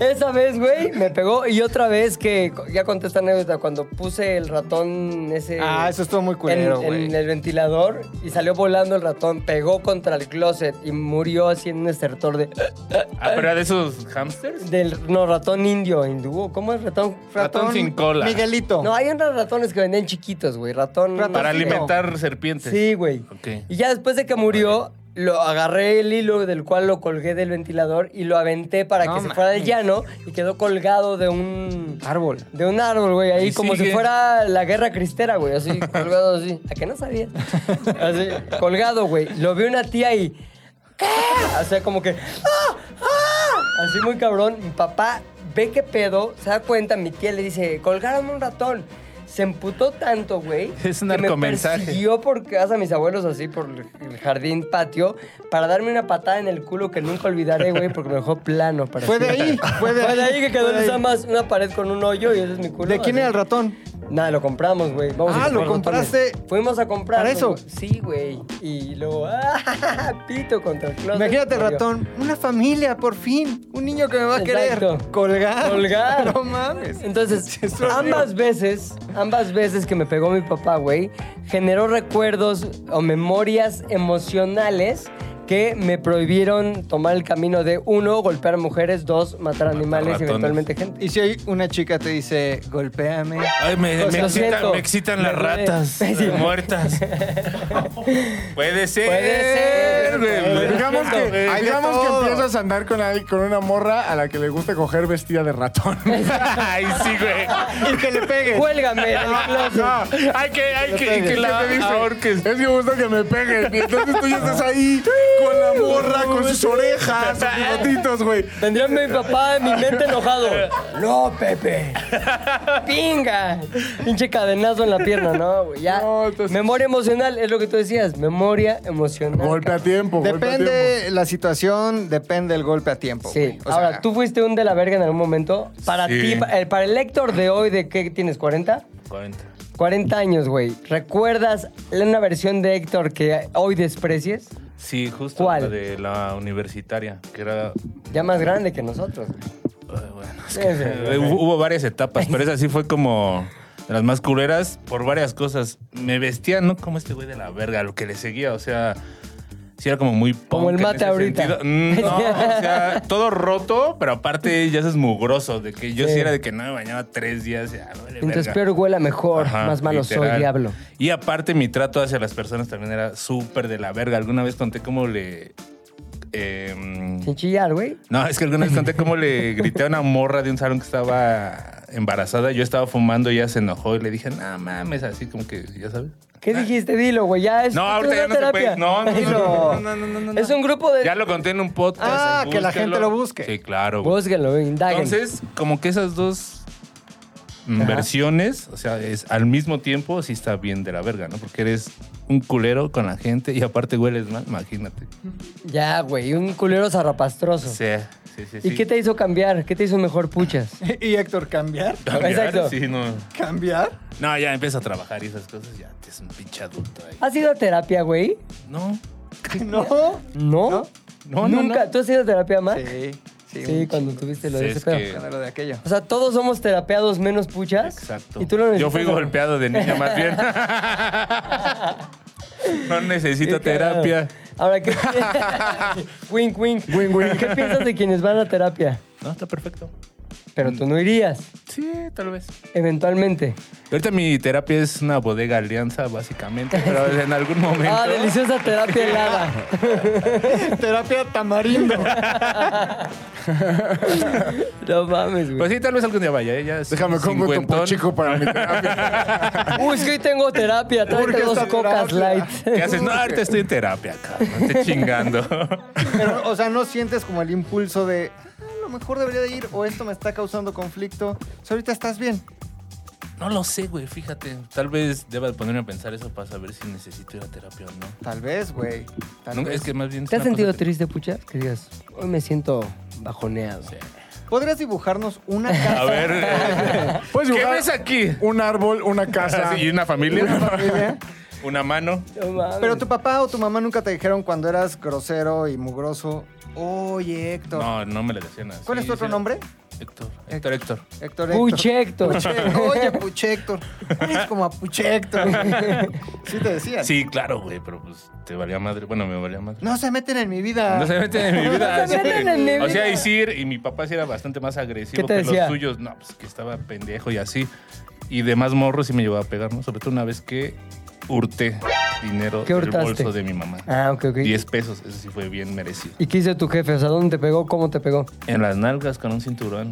Speaker 1: Esa vez, güey, me pegó. Y otra vez que ya conté esta anécdota, cuando puse el ratón ese.
Speaker 3: Ah, eso estuvo muy
Speaker 1: en,
Speaker 3: culero, güey.
Speaker 1: en el ventilador y salió volando el ratón, pegó contra el closet y murió así en un estertor de,
Speaker 4: Ah, pero era de esos hamsters.
Speaker 1: del no, ratón indio, hindú. ¿Cómo es ratón?
Speaker 4: Ratón sin cola.
Speaker 3: Miguelito.
Speaker 1: No, hay unos ratones que venden chiquitos, güey. Ratón.
Speaker 3: Ratón
Speaker 4: Para
Speaker 3: sí, no.
Speaker 4: alimentar serpientes.
Speaker 1: Sí, güey.
Speaker 4: Ok.
Speaker 1: Y ya después de que murió, lo agarré el hilo del cual lo colgué del ventilador y lo aventé para
Speaker 3: No
Speaker 1: que se fuera al
Speaker 3: mames.
Speaker 1: llano y quedó colgado de un
Speaker 3: Árbol.
Speaker 1: De un árbol, güey, ahí
Speaker 4: Y
Speaker 1: como si
Speaker 4: sigue.
Speaker 1: fuera la guerra cristera, güey, así colgado así. ¿A qué no sabías? Así, colgado, güey. Lo vi una tía y. ¿Qué? O sea, como que. ¡Ah! ¡Ah! Así muy cabrón. Mi papá ve qué pedo, se da cuenta, mi tía le dice: colgaron un ratón. Se emputó tanto, güey.
Speaker 4: Es un
Speaker 1: que me
Speaker 4: narcomensaje.
Speaker 1: persiguió por casa a mis abuelos así, por el jardín patio, para darme una patada en el culo que nunca olvidaré, güey, porque me dejó plano. Para
Speaker 3: Fue de
Speaker 1: siempre.
Speaker 3: ahí, fue de
Speaker 1: Fue de
Speaker 3: ahí,
Speaker 1: ahí que quedó
Speaker 3: fue
Speaker 1: en
Speaker 3: de ahí.
Speaker 1: esa más una pared con un hoyo y ese es mi culo.
Speaker 3: ¿De quién
Speaker 1: así.
Speaker 3: era el ratón?
Speaker 1: Nada, lo compramos, güey. Vamos a
Speaker 3: Ah, ¿lo
Speaker 1: comprar ratones.
Speaker 3: compraste?
Speaker 1: Fuimos a comprar.
Speaker 3: ¿Para eso?
Speaker 1: Sí, güey. Y luego, ¡ah! Pito contra el closet.
Speaker 3: Imagínate el
Speaker 1: Murió.
Speaker 3: ratón. Una familia, por fin. Un niño que me va a querer.
Speaker 1: Exacto.
Speaker 3: Colgar.
Speaker 1: Colgar.
Speaker 3: No mames.
Speaker 1: Entonces,
Speaker 3: Es horrible.
Speaker 1: ambas veces, ambas veces que me pegó mi papá, güey, generó recuerdos o memorias emocionales que me prohibieron tomar el camino de uno, golpear mujeres, dos, matar animales y
Speaker 4: ratones.
Speaker 1: eventualmente gente.
Speaker 3: Y si hay una chica te dice, golpéame.
Speaker 4: Ay, me,
Speaker 1: Pues
Speaker 4: me
Speaker 1: lo
Speaker 4: excita-
Speaker 1: siento.
Speaker 4: me excitan
Speaker 1: Me
Speaker 4: las
Speaker 1: duele.
Speaker 4: ratas
Speaker 1: Sí.
Speaker 4: eh, muertas. Puede ser.
Speaker 1: Puede ser,
Speaker 4: güey.
Speaker 1: güey.
Speaker 2: Digamos que,
Speaker 4: Güey,
Speaker 2: digamos
Speaker 4: de
Speaker 2: que
Speaker 4: todo.
Speaker 2: empiezas a andar con, alguien- con una morra a la que le gusta coger vestida de ratón.
Speaker 4: Ay, sí, güey.
Speaker 3: Y que le pegue.
Speaker 1: Cuélgame del closet.
Speaker 4: No, hay que, hay que, que la
Speaker 1: Ah,
Speaker 4: ahorques.
Speaker 2: Es que me gusta que me peguen. Y entonces tú ya estás ahí con la morra, con sus orejas, sus bigotitos, güey.
Speaker 1: Tendría a mi papá en mi mente enojado. No, Pepe. Pinga. Pinche cadenazo en la pierna, ¿no? güey, Ya.
Speaker 2: No, entonces-
Speaker 1: Memoria emocional, es lo que tú decías. Memoria emocional.
Speaker 2: Golpe a tiempo, golpe a tiempo.
Speaker 3: Depende la situación, depende el golpe a tiempo.
Speaker 1: Sí.
Speaker 3: güey. O
Speaker 1: Ahora,
Speaker 3: sea,
Speaker 1: ¿tú fuiste un de la verga en algún momento? Para
Speaker 4: Sí.
Speaker 1: ti, pa- eh, para el lector de hoy, ¿de qué tienes? ¿40?
Speaker 4: 40.
Speaker 1: 40 años, güey. ¿Recuerdas una versión de Héctor que hoy desprecies?
Speaker 4: Sí, justo
Speaker 1: ¿Cuál?
Speaker 4: la de la universitaria, que era.
Speaker 1: Ya más grande que nosotros. güey.
Speaker 4: ay, Pues, bueno, es
Speaker 1: Sí,
Speaker 4: que,
Speaker 1: sí,
Speaker 4: eh, hubo, hubo varias etapas, pero esa sí fue como de las más culeras por varias cosas. Me vestía, no como este güey de la verga, lo que le seguía, o sea. Sí, era como muy
Speaker 1: Como el
Speaker 4: punk en
Speaker 1: mate
Speaker 4: ese
Speaker 1: ahorita.
Speaker 4: sentido. Mm, No, o sea, todo roto, pero aparte ya es mugroso. De que yo sí,
Speaker 1: Sí.
Speaker 4: era de que no me bañaba tres días. Ya, vale,
Speaker 1: Entonces,
Speaker 4: verga.
Speaker 1: peor huela mejor,
Speaker 4: Ajá,
Speaker 1: más malo soy,
Speaker 4: literal.
Speaker 1: diablo.
Speaker 4: Y aparte, mi trato hacia las personas también era súper de la verga. Alguna vez conté cómo le. em,
Speaker 1: Sin chillar, güey.
Speaker 4: no, es que alguna vez conté cómo le grité a una morra de un salón que estaba embarazada. Yo estaba fumando, ella se enojó y le dije, no mames, así como que, ya sabes.
Speaker 1: ¿Qué dijiste? Dilo, güey. Ya es
Speaker 4: Ah. No,
Speaker 1: es
Speaker 4: ahorita
Speaker 1: una
Speaker 4: ya no se
Speaker 1: terapia.
Speaker 4: puede. No, no,
Speaker 1: Dilo.
Speaker 4: no, no, no, no, no, no.
Speaker 1: Es un grupo de.
Speaker 4: Ya lo conté en un podcast.
Speaker 3: Ah,
Speaker 4: ahí,
Speaker 3: que la
Speaker 4: búsquenlo.
Speaker 3: gente lo busque.
Speaker 4: Sí, claro. güey.
Speaker 1: Búsquenlo, güey, indaguen.
Speaker 4: Entonces, como que esas dos mm,
Speaker 1: Ajá.
Speaker 4: versiones, o sea, es al mismo tiempo sí está bien de la verga, ¿no? Porque eres un culero con la gente y aparte hueles mal, imagínate.
Speaker 1: Ya, güey. Un culero zarrapastroso.
Speaker 4: Sí, sí, sí.
Speaker 1: ¿Y
Speaker 4: sí.
Speaker 1: qué te hizo cambiar? ¿Qué te hizo mejor puchas?
Speaker 3: ¿Y Héctor cambiar?
Speaker 4: Cambiar,
Speaker 1: Exacto.
Speaker 4: Sí, no.
Speaker 3: ¿Cambiar?
Speaker 4: No, ya empiezas a trabajar y esas cosas, ya te es un pinche adulto ahí.
Speaker 1: ¿Has ido a terapia, güey?
Speaker 4: No.
Speaker 3: No.
Speaker 1: ¿No?
Speaker 4: No, no,
Speaker 1: ¿Nunca?
Speaker 4: no.
Speaker 1: ¿Tú has ido a terapia, Mac?
Speaker 3: Sí, sí.
Speaker 1: Sí,
Speaker 3: un
Speaker 1: cuando tuviste lo
Speaker 4: Sí,
Speaker 1: de ese
Speaker 4: es
Speaker 1: pedo.
Speaker 4: que-
Speaker 3: chingo de aquello.
Speaker 1: O sea, todos somos terapeados menos puchas.
Speaker 4: Exacto.
Speaker 1: Y tú lo
Speaker 4: Yo
Speaker 1: necesitas,
Speaker 4: fui
Speaker 1: güey.
Speaker 4: golpeado de niña más bien. no necesito
Speaker 1: Qué cagado.
Speaker 4: terapia.
Speaker 1: Ahora, ¿qué? wink, wink.
Speaker 2: Wink, wink.
Speaker 1: ¿Qué piensas de quienes van a terapia?
Speaker 4: No, está perfecto.
Speaker 1: Pero tú no irías,
Speaker 4: Sí, tal vez.
Speaker 1: eventualmente.
Speaker 4: Ahorita mi terapia es una bodega alianza, básicamente, pero en algún momento.
Speaker 1: Ah, deliciosa terapia helada.
Speaker 3: Terapia tamarindo.
Speaker 1: No mames, güey.
Speaker 4: Pues sí, tal vez algún día vaya, ¿eh? ya es
Speaker 2: Déjame compro un topo
Speaker 4: cincuentón.
Speaker 2: chico para mi terapia.
Speaker 1: Uy, es que hoy tengo terapia. Tráete
Speaker 3: Porque
Speaker 1: dos
Speaker 3: esta
Speaker 1: cocas
Speaker 3: terapia.
Speaker 1: light.
Speaker 4: ¿Qué haces? No, ahorita estoy en terapia, cabrón. no Estoy chingando.
Speaker 3: Pero, o sea, no sientes como el impulso de "Ah, a lo mejor debería de ir o esto me está causando conflicto. O sea, ahorita estás bien.
Speaker 4: No lo sé, güey, fíjate. Tal vez deba de ponerme a pensar eso para saber si necesito ir a terapia o no.
Speaker 3: Tal vez, güey. Tal
Speaker 4: Nunca-
Speaker 3: vez.
Speaker 4: es que más bien. es
Speaker 1: ¿Te has
Speaker 4: una
Speaker 1: sentido
Speaker 4: cosa que-
Speaker 1: triste, pucha? Que digas, hoy me siento bajoneado.
Speaker 3: ¿Podrías dibujarnos una
Speaker 4: A
Speaker 3: casa?
Speaker 4: ver. eh,
Speaker 2: Puedes
Speaker 4: ¿Qué
Speaker 2: dibujar
Speaker 4: ves aquí?
Speaker 2: Un árbol, una casa.
Speaker 4: ¿Y una familia?
Speaker 3: familia.
Speaker 4: Una mano.
Speaker 1: No mames.
Speaker 3: Pero tu papá o tu mamá nunca te dijeron cuando eras grosero y mugroso. Oye, Héctor.
Speaker 4: No, no me la decían así.
Speaker 3: ¿Cuál es tu otro
Speaker 4: Sí,
Speaker 3: nombre?
Speaker 4: Héctor. Héctor, Héctor.
Speaker 3: Héctor. Héctor.
Speaker 1: Puchecto.
Speaker 3: Puche- Oye, Puchector. Es como a Puchector. Sí te decían.
Speaker 4: Sí, claro, güey, pero pues te valía madre. Bueno, me valía madre.
Speaker 3: No se meten en mi vida.
Speaker 4: No se meten en mi vida.
Speaker 1: No se meten en mi
Speaker 4: O sea,
Speaker 1: vida.
Speaker 4: Isir y mi papá sí era bastante más agresivo
Speaker 1: ¿Qué te
Speaker 4: que
Speaker 1: decía?
Speaker 4: los suyos. No, pues que estaba pendejo y así. Y de más morro sí me llevaba a pegar, ¿no? Sobre todo una vez que hurté dinero
Speaker 1: ¿Qué
Speaker 4: del
Speaker 1: hurtaste?
Speaker 4: bolso de mi mamá.
Speaker 1: Ah, ok, ok.
Speaker 4: 10 pesos, eso sí fue bien merecido.
Speaker 1: ¿Y qué hizo tu jefe? O sea, ¿dónde te pegó? ¿Cómo te pegó?
Speaker 4: En las nalgas con un cinturón.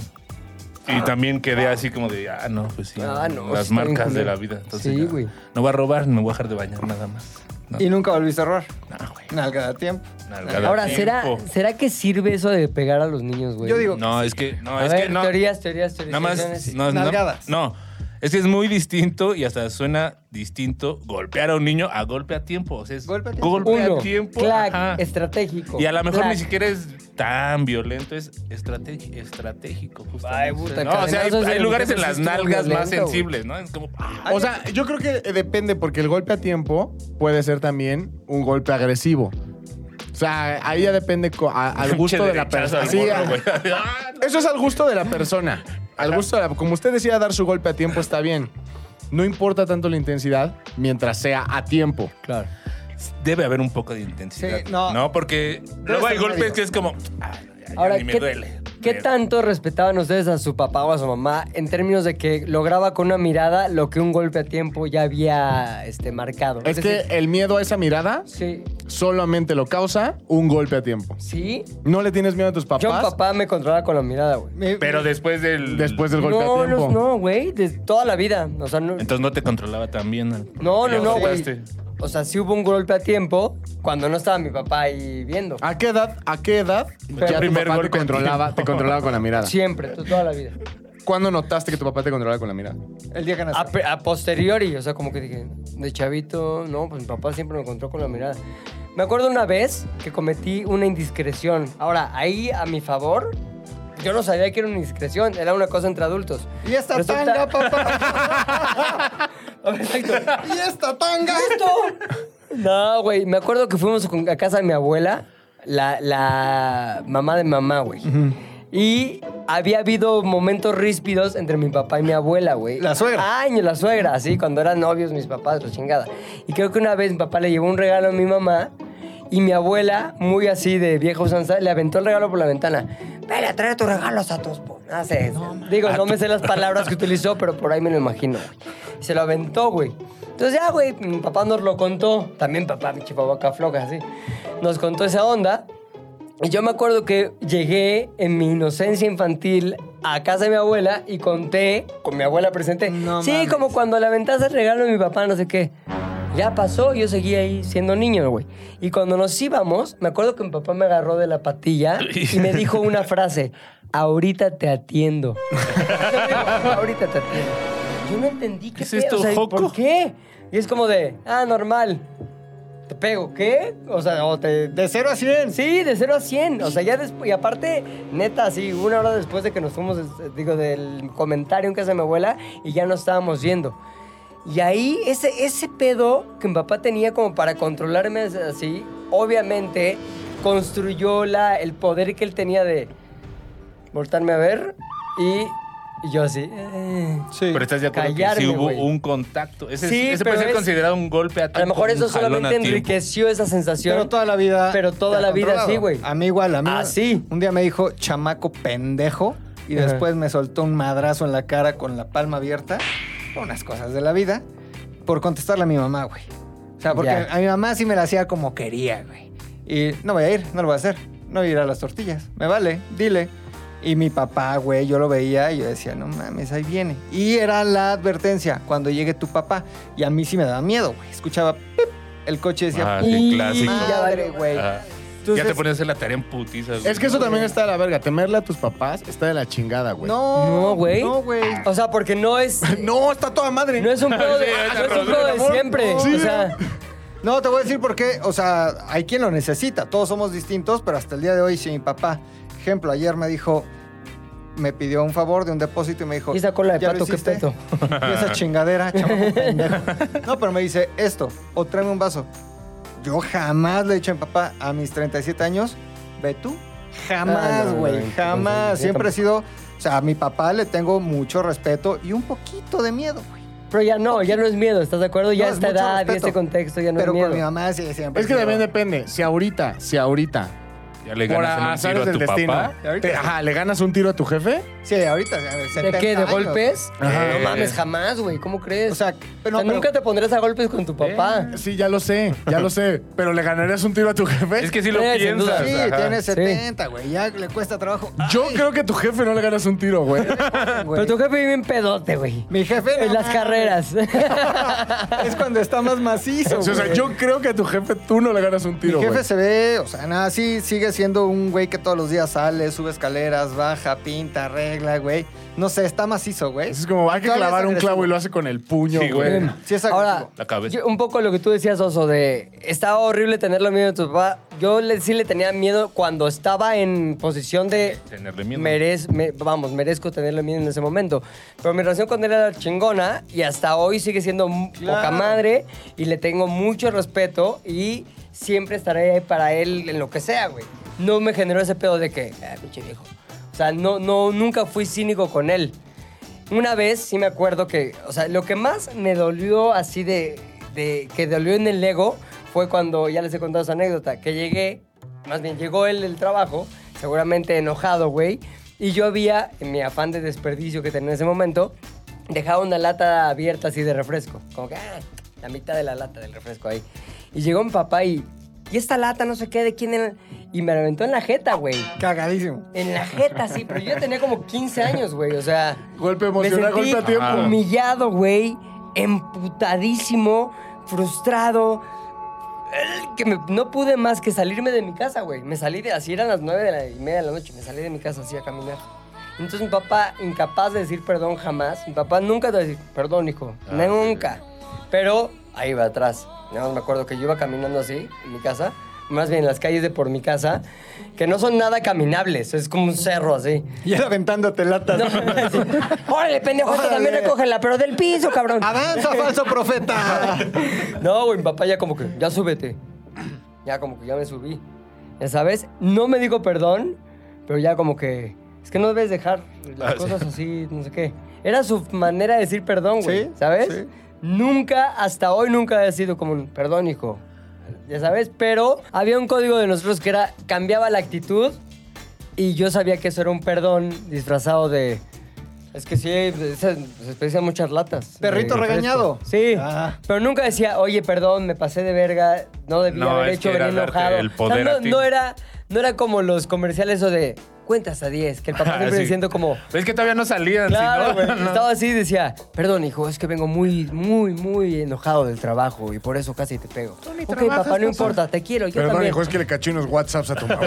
Speaker 4: Ah. Y también quedé así como de, ah, no, pues sí.
Speaker 1: Ah, no,
Speaker 4: las
Speaker 1: sí está bien
Speaker 4: marcas de
Speaker 1: culero.
Speaker 4: la vida. Entonces
Speaker 1: Sí,
Speaker 4: ya,
Speaker 1: güey.
Speaker 4: No va a robar, me voy a dejar de bañar nada más. No,
Speaker 3: Y nunca volviste a error.
Speaker 4: no, güey.
Speaker 3: Nalga de tiempo.
Speaker 4: Nalgada
Speaker 1: Ahora,
Speaker 4: de
Speaker 1: ¿será,
Speaker 4: tiempo.
Speaker 1: ¿será que sirve eso de pegar a los niños, güey?
Speaker 3: Yo digo,
Speaker 4: No, es que, no,
Speaker 1: A
Speaker 4: es
Speaker 1: ver,
Speaker 4: que no.
Speaker 1: teorías, teorías, teorías.
Speaker 4: Nada más.
Speaker 1: teorías.
Speaker 4: No, no,
Speaker 3: Nalgadas.
Speaker 4: no. Es que es muy distinto y hasta suena distinto golpear a un niño a golpe a tiempo. O sea, es
Speaker 3: Golpe a tiempo.
Speaker 4: golpe a
Speaker 1: Uno,
Speaker 4: tiempo.
Speaker 1: clac,
Speaker 4: ajá.
Speaker 1: estratégico.
Speaker 4: Y a lo mejor
Speaker 1: clac.
Speaker 4: ni siquiera es tan violento, es estrategi- estratégico, justamente.
Speaker 1: Ay, puta,
Speaker 4: No, o sea, hay,
Speaker 1: cadenazos
Speaker 4: hay
Speaker 1: en-
Speaker 4: lugares en
Speaker 1: eso
Speaker 4: las
Speaker 1: estuvo
Speaker 4: nalgas más
Speaker 1: violento, güey.
Speaker 4: sensibles, ¿no? Es como. ah,
Speaker 2: O sea, yo creo que eh, depende, porque el golpe a tiempo puede ser también un golpe agresivo. O sea, ahí ya depende co- a- al gusto
Speaker 4: pinche
Speaker 2: de la
Speaker 4: derechazo
Speaker 2: persona.
Speaker 4: al
Speaker 2: Sí,
Speaker 4: morro,
Speaker 2: a-
Speaker 4: güey. Ah, no.
Speaker 2: eso es al gusto de la persona. Al gusto de la- como usted decía, dar su golpe a tiempo está bien. No importa tanto la intensidad mientras sea a tiempo.
Speaker 1: Claro.
Speaker 4: debe haber un poco de intensidad.
Speaker 3: Sí, no.
Speaker 4: Porque luego hay
Speaker 3: ser
Speaker 4: golpes
Speaker 3: medio.
Speaker 4: que es como. "Ah, ya, ya
Speaker 1: Ahora,
Speaker 4: ni me
Speaker 1: ¿qué,
Speaker 4: duele.
Speaker 1: qué
Speaker 4: Me-
Speaker 1: tanto respetaban ustedes a su papá o a su mamá en términos de que lograba con una mirada lo que un golpe a tiempo ya había este, marcado?
Speaker 2: Es que
Speaker 1: decir,
Speaker 2: el miedo a esa mirada
Speaker 1: Sí.
Speaker 2: solamente lo causa un golpe a tiempo.
Speaker 1: Sí.
Speaker 2: No le tienes miedo a tus papás
Speaker 1: Yo, papá, me controlaba con la mirada, güey.
Speaker 3: Mi-
Speaker 4: Pero después del.
Speaker 2: después del golpe
Speaker 1: No,
Speaker 2: a tiempo.
Speaker 1: no, no, güey. De toda la vida. O sea, no.
Speaker 4: Entonces no te controlaba tan bien.
Speaker 1: No, no,
Speaker 4: Ya
Speaker 1: no, güey.
Speaker 4: aguantaste.
Speaker 1: O sea, sí hubo un golpe a tiempo cuando no estaba mi papá ahí viendo.
Speaker 2: ¿A qué edad? ¿A qué edad
Speaker 1: el
Speaker 2: ya tu
Speaker 4: primer
Speaker 2: papá te
Speaker 4: golpe a
Speaker 2: controlaba,
Speaker 4: tiempo.
Speaker 2: te controlaba con la mirada?
Speaker 1: Siempre, tú- toda la vida.
Speaker 2: ¿Cuándo notaste que tu papá te controlaba con la mirada?
Speaker 3: El día que nací.
Speaker 1: A, pe- a posteriori, o sea, como que dije, de chavito, no, pues mi papá siempre me encontró con la mirada. Me acuerdo una vez que cometí una indiscreción. Ahora, ahí a mi favor, yo no sabía que era una indiscreción, era una cosa entre adultos.
Speaker 3: Y esta
Speaker 1: Resulta-
Speaker 3: tanga, papá.
Speaker 1: Exacto.
Speaker 3: Y esta tanga.
Speaker 1: No, güey, me acuerdo que fuimos con- a casa de mi abuela, la, la mamá de mamá, güey. Y había habido momentos ríspidos entre mi papá y mi abuela, güey.
Speaker 3: La suegra.
Speaker 1: Años, la suegra, así, cuando eran novios mis papás, la chingada. Y creo que una vez mi papá le llevó un regalo a mi mamá y mi abuela, muy así de vieja usanza, le aventó el regalo por la ventana. Vele, trae tus regalos a tus... po-". No sé, digo, no me sé las palabras que utilizó, pero por ahí me lo imagino, güey. Y se lo aventó, güey. Entonces ya, güey, mi papá nos lo contó. También papá, mi chipaboca floja, así. Nos contó esa onda. Y yo me acuerdo que llegué en mi inocencia infantil a casa de mi abuela y conté, con mi abuela presente,
Speaker 3: No
Speaker 1: sí,
Speaker 3: mames.
Speaker 1: como cuando le aventaste el regalo de mi papá, no sé qué. Ya pasó, yo seguí ahí siendo niño, güey. Y cuando nos íbamos, me acuerdo que mi papá me agarró de la patilla y me dijo una frase, ahorita te atiendo. Yo le digo, ahorita te atiendo. Yo no entendí qué,
Speaker 4: ¿Es
Speaker 1: pedo,
Speaker 4: esto,
Speaker 1: o sea, ¿Por
Speaker 4: Joco?
Speaker 1: qué? Y es como de, ah, normal. ¿Te pego qué? O sea, o te
Speaker 3: De 0 a 100.
Speaker 1: Sí, de 0 a 100. O sea, ya después. Y aparte, neta, así, una hora después de que nos fuimos, es- eh, digo, del comentario en casa de mi abuela, y ya nos estábamos yendo. Y ahí, ese, ese pedo que mi papá tenía como para controlarme así, obviamente construyó la, el poder que él tenía de voltarme a ver y, y yo así. eh.
Speaker 3: Sí.
Speaker 4: Pero estás de acuerdo
Speaker 1: Callarme,
Speaker 4: que sí hubo
Speaker 1: güey.
Speaker 4: un contacto. Ese,
Speaker 1: Sí,
Speaker 4: ese puede
Speaker 1: pero
Speaker 4: ser
Speaker 1: es-
Speaker 4: considerado un golpe a
Speaker 1: A lo
Speaker 4: tiempo,
Speaker 1: mejor eso
Speaker 4: un jalón a
Speaker 1: solamente
Speaker 4: tiempo.
Speaker 1: enriqueció esa sensación.
Speaker 3: Pero toda la vida.
Speaker 1: Pero toda
Speaker 3: te
Speaker 1: la
Speaker 3: ha
Speaker 1: vida
Speaker 3: controlado.
Speaker 1: sí, güey.
Speaker 3: A mí igual, a mí.
Speaker 1: Ah, sí.
Speaker 3: Un día me dijo chamaco pendejo y
Speaker 1: Ajá.
Speaker 3: después me soltó un madrazo en la cara con la palma abierta. Unas cosas de la vida. Por contestarle a mi mamá, güey. O sea, porque
Speaker 1: Ya.
Speaker 3: a mi mamá sí me la hacía como quería, güey. Y no voy a ir, no lo voy a hacer. No voy a ir a las tortillas. Me vale, dile. Y mi papá, güey, yo lo veía y yo decía, no mames, ahí viene. Y era la advertencia, cuando llegue tu papá. Y a mí sí me daba miedo, güey. Escuchaba pip, el coche decía,
Speaker 4: Ah,
Speaker 3: "Pu-
Speaker 4: sí, clásico.
Speaker 1: ya
Speaker 3: madre,
Speaker 1: vale.
Speaker 3: güey.
Speaker 4: Ajá. ya te ponías a hacer la tarea en putizas. güey.
Speaker 2: Es que eso también está de la verga. Temerle a tus papás está de la chingada, güey.
Speaker 3: No,
Speaker 1: No, güey.
Speaker 3: No, güey.
Speaker 1: O sea, porque no es.
Speaker 2: no, está toda madre.
Speaker 1: No es un pedo de,
Speaker 4: Sí,
Speaker 1: no es
Speaker 4: pero
Speaker 1: un pedo de
Speaker 4: amor,
Speaker 1: siempre.
Speaker 2: no. Sí.
Speaker 1: O sea,
Speaker 3: No, te voy a decir por qué. O sea, hay quien lo necesita. Todos somos distintos, pero hasta el día de hoy, si mi papá, ejemplo, ayer me dijo, me pidió un favor de un depósito y me dijo.
Speaker 1: Y esa cola de
Speaker 3: "¿Ya lo
Speaker 1: pato, qué
Speaker 3: hiciste?".
Speaker 1: peto.
Speaker 3: Y esa chingadera, chamaco pendejo. No, pero me dice esto, o tráeme un vaso. Yo jamás le he dicho a mi papá a mis 37 años, ve tú.
Speaker 1: Ah, no,
Speaker 3: Jamás,
Speaker 1: no,
Speaker 3: güey,
Speaker 1: no, no, no, no,
Speaker 3: jamás.
Speaker 1: yo
Speaker 3: Siempre
Speaker 1: tampoco.
Speaker 3: he sido, o sea, a mi papá le tengo mucho respeto y un poquito de miedo, güey.
Speaker 1: Pero ya no, ya no es miedo, ¿estás de acuerdo? Ya
Speaker 3: No, es
Speaker 1: esta
Speaker 3: mucho
Speaker 1: edad y
Speaker 3: respeto.
Speaker 1: este contexto ya no
Speaker 3: pero
Speaker 1: es miedo.
Speaker 3: con mi mamá sí, siempre.
Speaker 2: Es que
Speaker 3: he sido-
Speaker 2: también depende. Si ahorita, si ahorita,
Speaker 4: Ya le
Speaker 2: por
Speaker 4: ganas en
Speaker 2: azares
Speaker 4: un tiro a
Speaker 2: del
Speaker 4: tu
Speaker 2: destino,
Speaker 4: papá.
Speaker 3: Ahorita
Speaker 2: te-
Speaker 3: sí.
Speaker 2: ajá, le ganas un tiro a tu jefe,
Speaker 3: Sí, ahorita. a ver,
Speaker 1: ¿De
Speaker 3: 70
Speaker 1: qué? ¿De
Speaker 3: años.
Speaker 1: golpes?
Speaker 4: Ajá.
Speaker 1: No mames, jamás, güey. ¿Cómo crees?
Speaker 3: O sea, pero
Speaker 1: O sea,
Speaker 3: no,
Speaker 1: nunca
Speaker 3: pero-
Speaker 1: te pondrás a golpes con tu papá.
Speaker 2: sí, ya lo sé, ya lo sé. Pero le ganarías un tiro a tu jefe.
Speaker 4: Es que si lo
Speaker 1: Eh, sin
Speaker 4: piensas.
Speaker 1: duda.
Speaker 3: Sí,
Speaker 4: ajá.
Speaker 3: tiene
Speaker 1: Sí.
Speaker 3: 70, güey. Ya le cuesta trabajo.
Speaker 2: yo creo que a tu jefe no le ganas un tiro, güey.
Speaker 3: Güey.
Speaker 1: Pero tu jefe vive en pedote, güey.
Speaker 3: Ah, Mi jefe.
Speaker 1: En
Speaker 3: no
Speaker 1: las
Speaker 3: mames.
Speaker 1: carreras.
Speaker 3: Es cuando está más macizo.
Speaker 2: O sea, o sea,
Speaker 3: güey.
Speaker 2: yo creo que a tu jefe tú no le ganas un
Speaker 3: Mi
Speaker 2: tiro,
Speaker 3: jefe
Speaker 2: güey.
Speaker 3: se ve, o sea, nada, sí sigue siendo un güey que todos los días sale, sube escaleras, baja, pinta, arregla, güey. No sé, está macizo, güey.
Speaker 2: Es como, hay que
Speaker 3: Todavía
Speaker 2: clavar
Speaker 3: es
Speaker 2: un
Speaker 3: agresivo.
Speaker 2: clavo y lo hace con el puño,
Speaker 4: Sí, güey.
Speaker 2: güey.
Speaker 3: Sí, es
Speaker 1: Ahora,
Speaker 3: agresivo.
Speaker 4: La cabeza.
Speaker 1: yo- un poco lo que tú decías, Oso, de estaba horrible tenerlo miedo de tu papá. Yo le- sí le tenía miedo cuando estaba en posición de
Speaker 4: Tenerle miedo.
Speaker 1: merez- me- vamos, merezco tenerlo miedo en ese momento. Pero mi relación con él era chingona y hasta hoy sigue siendo m-
Speaker 3: Claro.
Speaker 1: poca madre y le tengo mucho respeto y siempre estaré ahí para él en lo que sea, güey. No me generó ese pedo de que, ah, pinche viejo. O sea, no, no, nunca fui cínico con él. Una vez sí me acuerdo que, o sea, lo que más me dolió así de, de- que dolió en el ego fue cuando, ya les he contado esa anécdota, que llegué, más bien llegó él del trabajo, seguramente enojado, güey, y yo había, en mi afán de desperdicio que tenía en ese momento, dejado una lata abierta así de refresco, como que ah, la mitad de la lata del refresco ahí. Y llegó mi papá y, y esta lata no sé qué, de quién era, y me la aventó en la jeta, güey.
Speaker 3: Cagadísimo.
Speaker 1: En la jeta, sí, pero yo ya tenía como 15 años, güey. O sea.
Speaker 2: Golpe emocional,
Speaker 1: me sentí
Speaker 2: golpe a tiempo.
Speaker 1: Ajá. Humillado, güey. Emputadísimo, frustrado. El Que me- no pude más que salirme de mi casa, güey. Me salí de. Así eran las 9 de la y media de la noche. Me salí de mi casa así a caminar. Entonces mi papá, incapaz de decir perdón jamás. Mi papá nunca te va a decir perdón, hijo. nunca. Pero ahí va atrás. Nada más me acuerdo que yo iba caminando así en mi casa, más bien en las calles de por mi casa, que no son nada caminables, es como un cerro así.
Speaker 3: Y él aventándote latas.
Speaker 1: No, sí. Órale, pendejo, esta también
Speaker 3: Órale.
Speaker 1: recógela, pero del piso, cabrón.
Speaker 3: ¡Avanza, falso profeta!
Speaker 1: No, güey, mi papá ya como que, ya súbete. Ya como que ya me subí. Ya sabes, no me dijo perdón, pero ya como que, es que no debes dejar
Speaker 3: Ah,
Speaker 1: las cosas así, no sé qué. Era su manera de decir perdón, güey,
Speaker 3: Sí,
Speaker 1: ¿sabes?
Speaker 3: sí.
Speaker 1: Nunca, hasta hoy nunca ha sido como un perdón, hijo. Ya sabes, pero había un código de nosotros que era, cambiaba la actitud y yo sabía que eso era un perdón disfrazado de... Es que sí, se, se desperdician muchas latas.
Speaker 3: Perrito
Speaker 1: de refresco".
Speaker 3: regañado.
Speaker 1: Sí.
Speaker 3: Ah.
Speaker 1: Pero nunca decía, oye, perdón, me pasé de verga, no debía
Speaker 4: No,
Speaker 1: haber
Speaker 4: es
Speaker 1: hecho
Speaker 4: que era
Speaker 1: venir
Speaker 4: darte
Speaker 1: enojado.
Speaker 4: el
Speaker 1: O sea,
Speaker 4: poder
Speaker 1: no,
Speaker 4: a ti.
Speaker 1: no era, no era como los comerciales o de cuentas a 10, que el papá siempre
Speaker 4: Ah, Sí.
Speaker 1: diciendo como.
Speaker 4: Es que todavía no salían,
Speaker 1: Claro,
Speaker 4: si
Speaker 1: güey.
Speaker 4: no, no.
Speaker 1: Estaba así y decía, perdón, hijo, es que vengo muy, muy, muy enojado del trabajo y por eso casi te pego. ok, papá, no importa, te quiero, yo
Speaker 2: Perdón,
Speaker 1: también.
Speaker 2: hijo, es que le caché unos WhatsApps a tu mamá.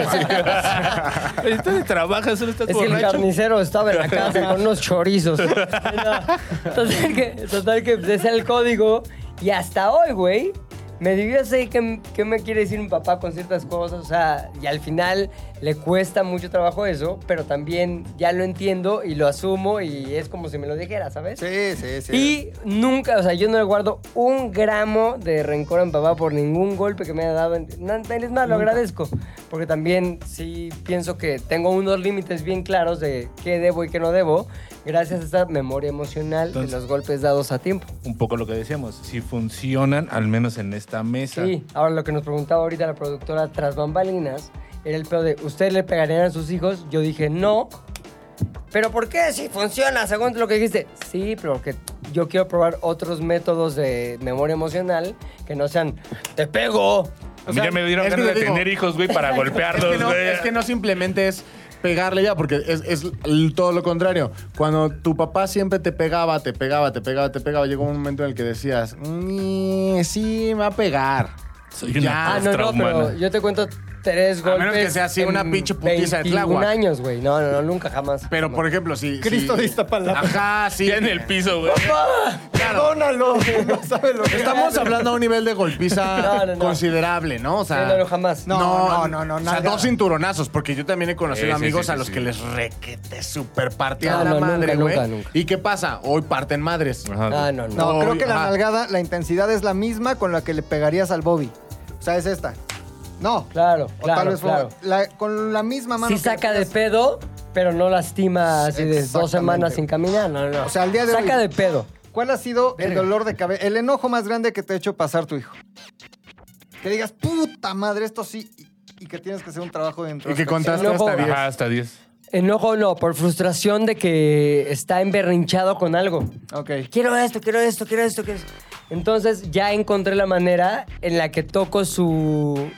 Speaker 4: Entonces trabajas, solo estás
Speaker 1: Es que el
Speaker 4: borracho.
Speaker 1: carnicero estaba en la casa con unos chorizos. Sí, no. Total que, total que pues, ese era el código. Y hasta hoy, güey, me divido así qué, qué me quiere decir mi papá con ciertas cosas. O sea, y al final le cuesta mucho trabajo eso, pero también ya lo entiendo y lo asumo y es como si me lo dijera, ¿sabes?
Speaker 3: Sí, sí, sí.
Speaker 1: Y nunca, o sea, yo no le guardo un gramo de rencor a mi papá por ningún golpe que me haya dado. No, es más, lo agradezco. Porque también sí pienso que tengo unos límites bien claros de qué debo y qué no debo, gracias a esta memoria emocional de los golpes dados a tiempo.
Speaker 4: Un poco lo que decíamos, si funcionan, al menos en esta mesa.
Speaker 1: Sí, ahora lo que nos preguntaba ahorita la productora tras bambalinas era el peor de, ¿ustedes le pegarían a sus hijos? Yo dije, no. ¿Pero por qué? Si funciona, según lo que dijiste. Sí, pero porque yo quiero probar otros métodos de memoria emocional que no sean, te pego.
Speaker 4: A mí ya me dieron
Speaker 2: es que
Speaker 4: ganas de
Speaker 2: te digo-
Speaker 4: tener hijos, güey, para
Speaker 2: Es que,
Speaker 4: golpearlos,
Speaker 2: no,
Speaker 4: güey.
Speaker 2: es que no simplemente es pegarle ya, porque es, es l- todo lo contrario. Cuando tu papá siempre te pegaba, te pegaba, te pegaba, te pegaba, llegó un momento en el que decías, "Mm, sí, me va a pegar.
Speaker 4: Soy una
Speaker 2: Ya.
Speaker 1: Ah, no, no, pero yo te cuento tres
Speaker 2: A
Speaker 1: golpes.
Speaker 2: menos que sea así una
Speaker 1: en
Speaker 2: pinche putiza de
Speaker 1: 21
Speaker 2: Tláhuac.
Speaker 1: años, güey. No, no, no, nunca jamás.
Speaker 2: Pero, por ejemplo, si...
Speaker 3: Cristo
Speaker 2: si-
Speaker 3: de Iztapalapa.
Speaker 2: Ajá, sí.
Speaker 4: Ya en el piso,
Speaker 1: Ah,
Speaker 4: güey.
Speaker 3: Perdónalo. No sabe lo que
Speaker 2: Estamos
Speaker 3: hace.
Speaker 2: hablando a un nivel de golpiza
Speaker 1: No, no, no.
Speaker 2: considerable, ¿no? O sea,
Speaker 1: Sí, no, no, jamás.
Speaker 3: No, no, no, no,
Speaker 2: O sea,
Speaker 3: nada.
Speaker 2: dos cinturonazos, porque yo también he conocido
Speaker 4: Sí, sí,
Speaker 2: amigos
Speaker 4: sí,
Speaker 2: a
Speaker 4: sí,
Speaker 2: los
Speaker 4: sí.
Speaker 2: que les requete super partían
Speaker 1: No,
Speaker 2: la
Speaker 1: no, nunca,
Speaker 2: madre, güey.
Speaker 1: nunca, nunca.
Speaker 2: ¿Y qué pasa? Hoy parten madres.
Speaker 1: Ah, no, no.
Speaker 3: No,
Speaker 2: No,
Speaker 3: creo que la
Speaker 2: ajá.
Speaker 3: nalgada, la intensidad es la misma con la que le pegarías al Bobby. O sea, es esta. No.
Speaker 1: Claro,
Speaker 3: O
Speaker 1: claro,
Speaker 3: tal vez fue-
Speaker 1: claro.
Speaker 3: la- con la misma mano.
Speaker 1: Sí
Speaker 3: que le
Speaker 1: saca de
Speaker 3: pegas.
Speaker 1: pedo, pero no lastima así de dos
Speaker 3: Exactamente.
Speaker 1: semanas sin caminar. No, no.
Speaker 3: O sea, al día de
Speaker 1: Saca
Speaker 3: hoy-
Speaker 1: de pedo.
Speaker 3: ¿Cuál ha sido el
Speaker 1: Verga.
Speaker 3: dolor de cabeza, el enojo más grande que te ha hecho pasar tu hijo? Que digas, puta madre, esto sí. Y, y que tienes que hacer un trabajo dentro.
Speaker 2: Y que contaste
Speaker 1: Loco.
Speaker 2: hasta 10.
Speaker 4: Ajá, hasta 10.
Speaker 1: Enojo no, por frustración de que está emberrinchado con algo.
Speaker 3: Ok.
Speaker 1: Quiero esto, quiero esto, quiero esto, quiero esto. Entonces ya encontré la manera en la que toco su,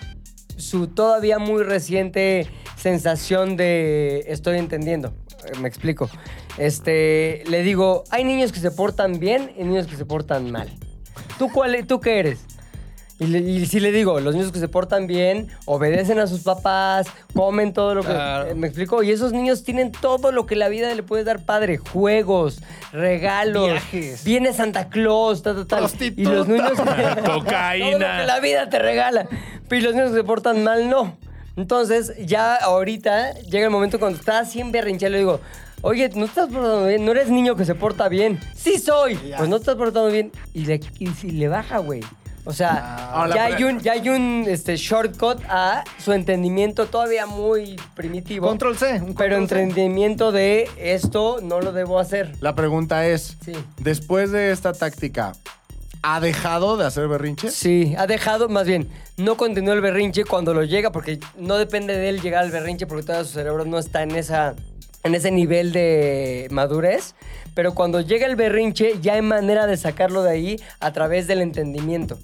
Speaker 1: su todavía muy reciente sensación de estoy entendiendo. Eh, Me explico. Este, le digo, hay niños que se portan bien y niños que se portan mal. ¿Tú, cuál, tú qué eres? Y, le- y si le digo, los niños que se portan bien, obedecen a sus papás, comen todo lo que...
Speaker 3: Claro.
Speaker 1: Eh, ¿Me explico? Y esos niños tienen todo lo que la vida le puede dar padre. Juegos, regalos.
Speaker 3: Viajes.
Speaker 1: Viene Santa Claus, ta, ta, ta. Y los
Speaker 3: Prostituta.
Speaker 1: niños... Todo
Speaker 4: Cocaína.
Speaker 1: lo que la vida te regala. Pero y los niños que se portan mal, no. Entonces, ya ahorita llega el momento cuando estás siempre berrinchado, le digo... Oye, no estás portando bien, no eres niño que se porta bien. Sí soy. Pues no estás portando bien. Y le, y, si le baja, güey. O sea,
Speaker 3: Ah,
Speaker 2: Ahora,
Speaker 1: ya
Speaker 3: pues.
Speaker 2: pero-
Speaker 1: hay un, ya hay un este, shortcut a su entendimiento todavía muy primitivo.
Speaker 3: Control C. un
Speaker 1: Pero
Speaker 3: control C.
Speaker 1: entendimiento de esto no lo debo hacer.
Speaker 2: La pregunta es,
Speaker 1: Sí.
Speaker 2: después de esta táctica, ¿Ha dejado de hacer berrinches?
Speaker 1: Sí, ha dejado, más bien, no continuó el berrinche cuando lo llega, porque no depende de él llegar al berrinche, porque todavía su cerebro no está en esa. En ese nivel de madurez, pero cuando llega el berrinche ya hay manera de sacarlo de ahí a través del entendimiento.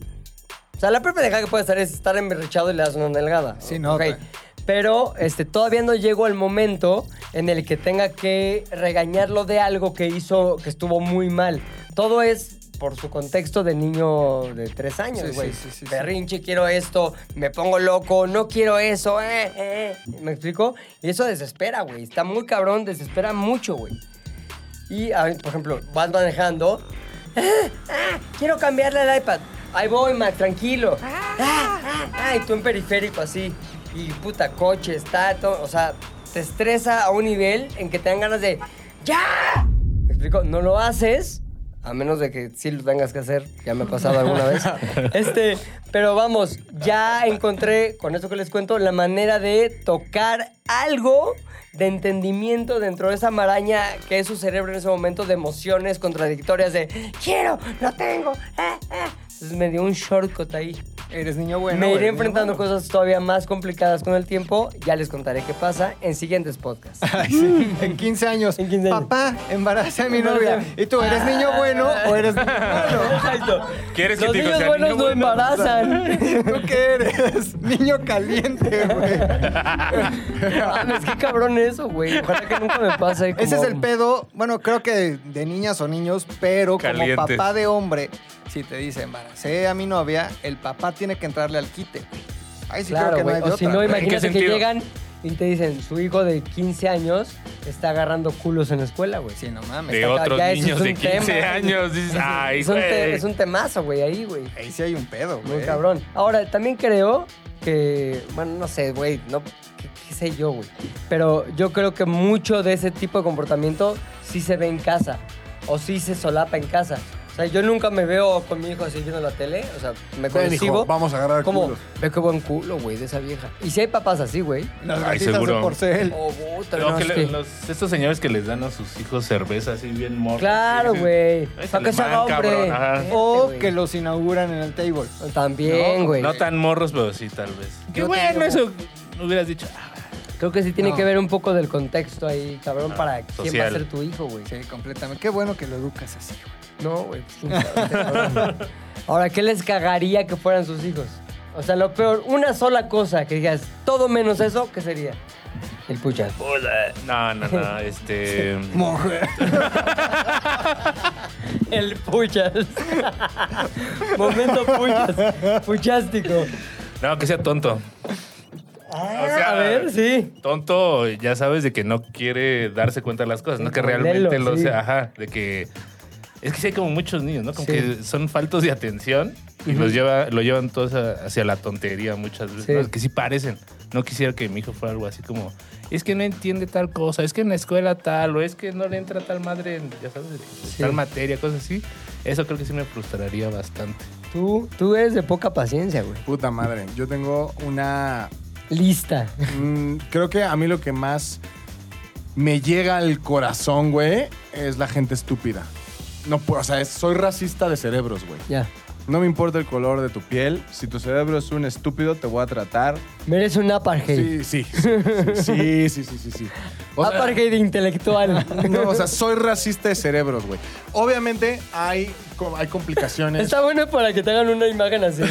Speaker 1: O sea, la propia deja que puede estar es estar emberrechado y le das una delgada.
Speaker 3: Sí, no,
Speaker 1: Ok.
Speaker 3: güey.
Speaker 1: Pero este, todavía no llegó el momento en el que tenga que regañarlo de algo que hizo, que estuvo muy mal. Todo es por su contexto de niño de tres
Speaker 3: Sí,
Speaker 1: años,
Speaker 3: sí,
Speaker 1: güey.
Speaker 3: sí, sí, sí.
Speaker 1: Berrinche, quiero esto, me pongo loco, no quiero eso, eh, eh. ¿Me explico? Y eso desespera, güey. Está muy cabrón, desespera mucho, güey. Y, a ver, por ejemplo, vas manejando. ¡Ah! ¡Ah! quiero cambiarle el iPad. Ahí voy, Mac, tranquilo. ¡Ah! ¡Ah! ¡Ah! y tú en periférico así. Y puta, coche, está todo. O sea, te estresa a un nivel en que te dan ganas de. ¡Ya! ¿Me explico? No lo haces. A menos de que sí lo tengas que hacer, ya me ha pasado alguna vez. Este, pero vamos, ya encontré, con esto que les cuento, la manera de tocar algo de entendimiento dentro de esa maraña que es su cerebro en ese momento de emociones contradictorias de quiero, no tengo. eh, eh". Entonces me dio un shortcut ahí.
Speaker 3: Eres niño bueno.
Speaker 1: me
Speaker 3: eres
Speaker 1: iré
Speaker 3: niño
Speaker 1: enfrentando
Speaker 3: bueno.
Speaker 1: cosas todavía más complicadas con el tiempo. Ya les contaré qué pasa en siguientes podcasts.
Speaker 3: Ay, sí, En 15 años.
Speaker 1: En 15 años.
Speaker 3: Papá, embaracé a mi novia. ¿Y tú eres niño bueno o eres niño malo?
Speaker 1: Exacto.
Speaker 4: ¿Quieres que
Speaker 1: Los
Speaker 4: te
Speaker 1: niños
Speaker 4: diga,
Speaker 1: buenos
Speaker 4: niño
Speaker 1: no
Speaker 4: bueno?
Speaker 1: embarazan.
Speaker 3: ¿Tú qué eres? Niño caliente, güey.
Speaker 1: Mames, qué Ah, cabrón eso, güey. Ojalá que nunca me pase.
Speaker 3: Ese es
Speaker 1: como-
Speaker 3: el pedo, bueno, creo que de niñas o niños, pero
Speaker 4: Calientes.
Speaker 3: como papá de hombre, si te dice embaracé a mi novia, el papá tiene que entrarle al quite. Ay, sí creo
Speaker 1: Claro,
Speaker 3: que no
Speaker 1: güey.
Speaker 3: hay de
Speaker 1: o si
Speaker 3: otra.
Speaker 1: no,
Speaker 4: ¿En qué
Speaker 1: imagínate que
Speaker 4: sentido?
Speaker 1: llegan y te dicen, su hijo de 15 años está agarrando culos en la escuela, güey.
Speaker 3: Sí, no mames.
Speaker 4: De
Speaker 1: o sea,
Speaker 4: otros
Speaker 1: ya ese
Speaker 4: niños
Speaker 1: es
Speaker 4: de
Speaker 1: un
Speaker 4: 15
Speaker 1: tema.
Speaker 4: años. Dices, ay,
Speaker 1: es, un te-
Speaker 4: güey.
Speaker 1: es un temazo, güey, ahí, güey.
Speaker 3: Ahí sí hay un pedo, güey.
Speaker 1: Muy cabrón. Ahora, también creo que, bueno, no sé, güey, no, qué, qué sé yo, güey. Pero yo creo que mucho de ese tipo de comportamiento sí se ve en casa o sí se solapa en casa. O sea, yo nunca me veo con mi hijo así viendo la tele, o sea, me
Speaker 2: Ven,
Speaker 1: consigo.
Speaker 2: hijo, vamos a agarrar
Speaker 1: Como,
Speaker 2: culos.
Speaker 1: ve qué buen culo, güey, de esa vieja. Y si hay papás así, güey.
Speaker 3: Las
Speaker 4: Ay,
Speaker 3: gatitas de
Speaker 4: seguro.
Speaker 3: porcel.
Speaker 1: Oh, puta,
Speaker 4: Lo
Speaker 1: no,
Speaker 4: que
Speaker 1: es
Speaker 4: le-
Speaker 1: que-
Speaker 4: los- estos señores que les dan a sus hijos cerveza así bien morta.
Speaker 1: Claro, güey.
Speaker 4: Ay,
Speaker 1: Para que se haga
Speaker 4: Salimán,
Speaker 1: hombre.
Speaker 4: cabrón, ajá.
Speaker 1: Vete,
Speaker 2: Oh,
Speaker 3: O
Speaker 1: güey.
Speaker 3: que los inauguran en el table.
Speaker 1: También, güey.
Speaker 4: No tan morros, pero sí, tal vez. Qué
Speaker 1: Yo
Speaker 4: bueno
Speaker 1: tengo-
Speaker 4: eso. Hubieras dicho. ah,
Speaker 1: Creo que sí tiene
Speaker 3: No.
Speaker 1: que ver un poco del contexto ahí, cabrón, para quién va a
Speaker 4: social.
Speaker 1: ser tu hijo, güey.
Speaker 3: Sí, completamente. Qué bueno que lo educas así, güey.
Speaker 1: No, güey. pues, un cabrón. Ahora, ¿qué les cagaría que fueran sus hijos? O sea, lo peor, una sola cosa que digas, todo menos eso, ¿qué sería? El pucha.
Speaker 4: hola. No, no, no. Este.
Speaker 3: Mujer.
Speaker 1: El puchas. Momento puchas. Puchástico.
Speaker 4: No, que sea tonto. O sea,
Speaker 1: Ah, a ver, sí.
Speaker 4: Tonto, ya sabes de que no quiere darse cuenta de las cosas, no que
Speaker 1: Modelo,
Speaker 4: realmente lo
Speaker 1: sí.
Speaker 4: sea. Ajá, de que. Es que sí hay como muchos niños, ¿no? Como
Speaker 1: Sí.
Speaker 4: que son faltos de atención y los lleva, lo llevan todos a- hacia la tontería muchas veces.
Speaker 1: Sí.
Speaker 4: ¿no? Que sí parecen. No quisiera que mi hijo fuera algo así como. Es que no entiende tal cosa, es que en la escuela tal, o es que no le entra tal madre, en, ya sabes, en tal materia, cosas así. Eso creo que sí me frustraría bastante.
Speaker 1: Tú, tú eres de poca paciencia, güey.
Speaker 2: Puta madre. Yo tengo una
Speaker 1: Lista.
Speaker 2: Mm, creo que a mí lo que más me llega al corazón, güey, es la gente estúpida. No, puedo- o sea, es- soy racista de cerebros, güey.
Speaker 1: Ya.
Speaker 2: No me importa el color de tu piel. Si tu cerebro es un estúpido, te voy a tratar.
Speaker 1: Mereces un apartheid.
Speaker 2: Sí, sí, sí, sí, sí, sí, sí, sí.
Speaker 1: Ah,
Speaker 2: O sea,
Speaker 1: apartheid intelectual.
Speaker 2: no, o sea, soy racista de cerebros, güey. Obviamente hay, co- hay complicaciones.
Speaker 1: Está bueno para que te hagan una imagen así.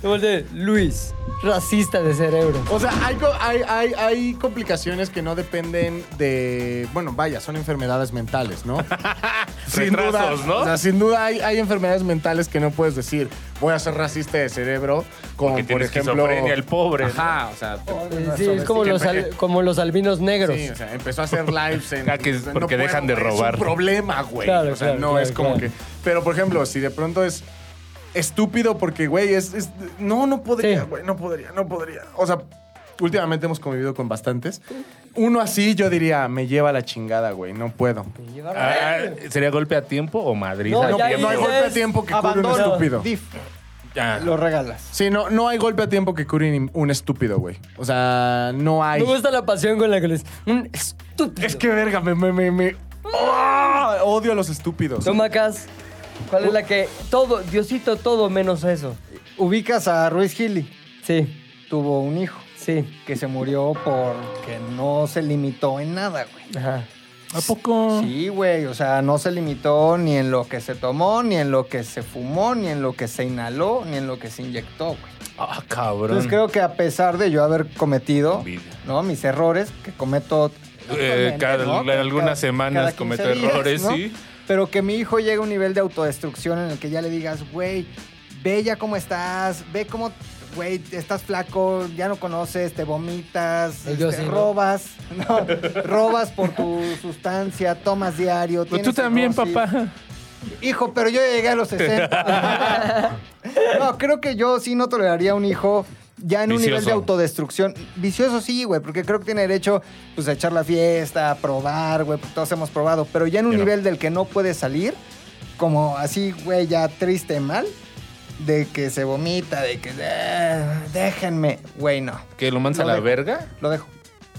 Speaker 1: Como de Luis, racista de cerebro.
Speaker 2: O sea, hay, co- hay, hay- hay complicaciones que no dependen de. Bueno, vaya, son enfermedades mentales, ¿no?
Speaker 4: Retrasos,
Speaker 2: duda,
Speaker 4: ¿no?
Speaker 2: O sea, sin duda hay, hay enfermedades mentales que no puedes decir, voy a ser racista de cerebro, como
Speaker 4: Porque
Speaker 2: por
Speaker 4: tiene
Speaker 2: ejemplo.
Speaker 4: esquizofrenia el pobre, ¿no?
Speaker 2: Ajá, o sea.
Speaker 1: Eh, Sí, es como los, al- como los albinos negros.
Speaker 2: Sí, o sea, empezó a hacer lives en.
Speaker 4: Ah, que es porque dejan de
Speaker 2: güey,
Speaker 4: robar.
Speaker 2: Es un problema, güey.
Speaker 1: Claro,
Speaker 2: o sea,
Speaker 1: claro,
Speaker 2: no
Speaker 1: claro,
Speaker 2: es como
Speaker 1: claro.
Speaker 2: que. Pero, por ejemplo, si de pronto es estúpido porque, güey, es, es- No, no podría,
Speaker 1: Sí.
Speaker 2: güey, no podría, no podría. O sea, últimamente hemos convivido con bastantes. Uno así, yo diría, me lleva la chingada, güey, no puedo.
Speaker 4: Ah, ¿Sería golpe a tiempo o Madrid?
Speaker 1: No,
Speaker 4: a
Speaker 1: ya
Speaker 4: tiempo?
Speaker 2: No hay
Speaker 1: dices-
Speaker 2: golpe a tiempo que cure un
Speaker 3: Abandono.
Speaker 2: estúpido.
Speaker 3: Dif.
Speaker 4: Ya.
Speaker 3: Lo regalas.
Speaker 2: Sí, no, no hay golpe a tiempo que cure ni- un estúpido, güey. O sea, no hay.
Speaker 1: Me gusta la pasión con la que les. Un estúpido.
Speaker 2: Es que verga, me, me, me, me- ¡Ah! Odio a los estúpidos.
Speaker 1: Tú, Macas, ¿Cuál
Speaker 3: Uh.
Speaker 1: es la que todo, Diosito, todo menos eso?
Speaker 3: Ubicas a Ruiz Gili.
Speaker 1: Sí,
Speaker 3: Tuvo un hijo
Speaker 1: sí.
Speaker 3: que se murió porque no se limitó en nada, güey.
Speaker 1: Ajá.
Speaker 2: ¿A poco?
Speaker 3: Sí, güey, o sea, no se limitó ni en lo que se tomó, ni en lo que se fumó, ni en lo que se inhaló, ni en lo que se inyectó, güey.
Speaker 4: Ah, cabrón.
Speaker 3: Entonces creo que a pesar de yo haber cometido
Speaker 4: Envidia.
Speaker 3: ¿no? mis errores, que cometo...
Speaker 4: Eh, cada-
Speaker 3: ¿no?
Speaker 4: en algunas
Speaker 3: Cada-
Speaker 4: semanas
Speaker 3: cada 15
Speaker 4: cometo
Speaker 3: días,
Speaker 4: errores,
Speaker 3: ¿no?
Speaker 4: sí.
Speaker 3: Pero que mi hijo llegue a un nivel de autodestrucción en el que ya le digas, güey, ve ya cómo estás, ve cómo, güey, estás flaco, ya no conoces, te vomitas,
Speaker 1: Y Eh, yo
Speaker 3: este,
Speaker 1: sí, ¿no?
Speaker 3: robas, ¿no? robas por tu sustancia, tomas diario.
Speaker 4: Pues tú
Speaker 3: tienes
Speaker 4: también,
Speaker 3: cirrosis.
Speaker 4: papá.
Speaker 3: Hijo, pero yo ya llegué a los 60. no, creo que yo sí no toleraría un hijo ya en un nivel de
Speaker 4: Vicioso.
Speaker 3: autodestrucción. Vicioso sí, güey, porque creo que tiene derecho pues, a echar la fiesta, a probar, güey, porque todos hemos probado. Pero ya en un
Speaker 4: Yo no.
Speaker 3: nivel del que no puede salir, como así, güey, ya triste, mal, de que se vomita, de que "Eh, déjenme, güey, no.
Speaker 4: Que lo mandas a
Speaker 3: Lo
Speaker 4: la
Speaker 3: dejo.
Speaker 4: verga.
Speaker 3: Lo dejo.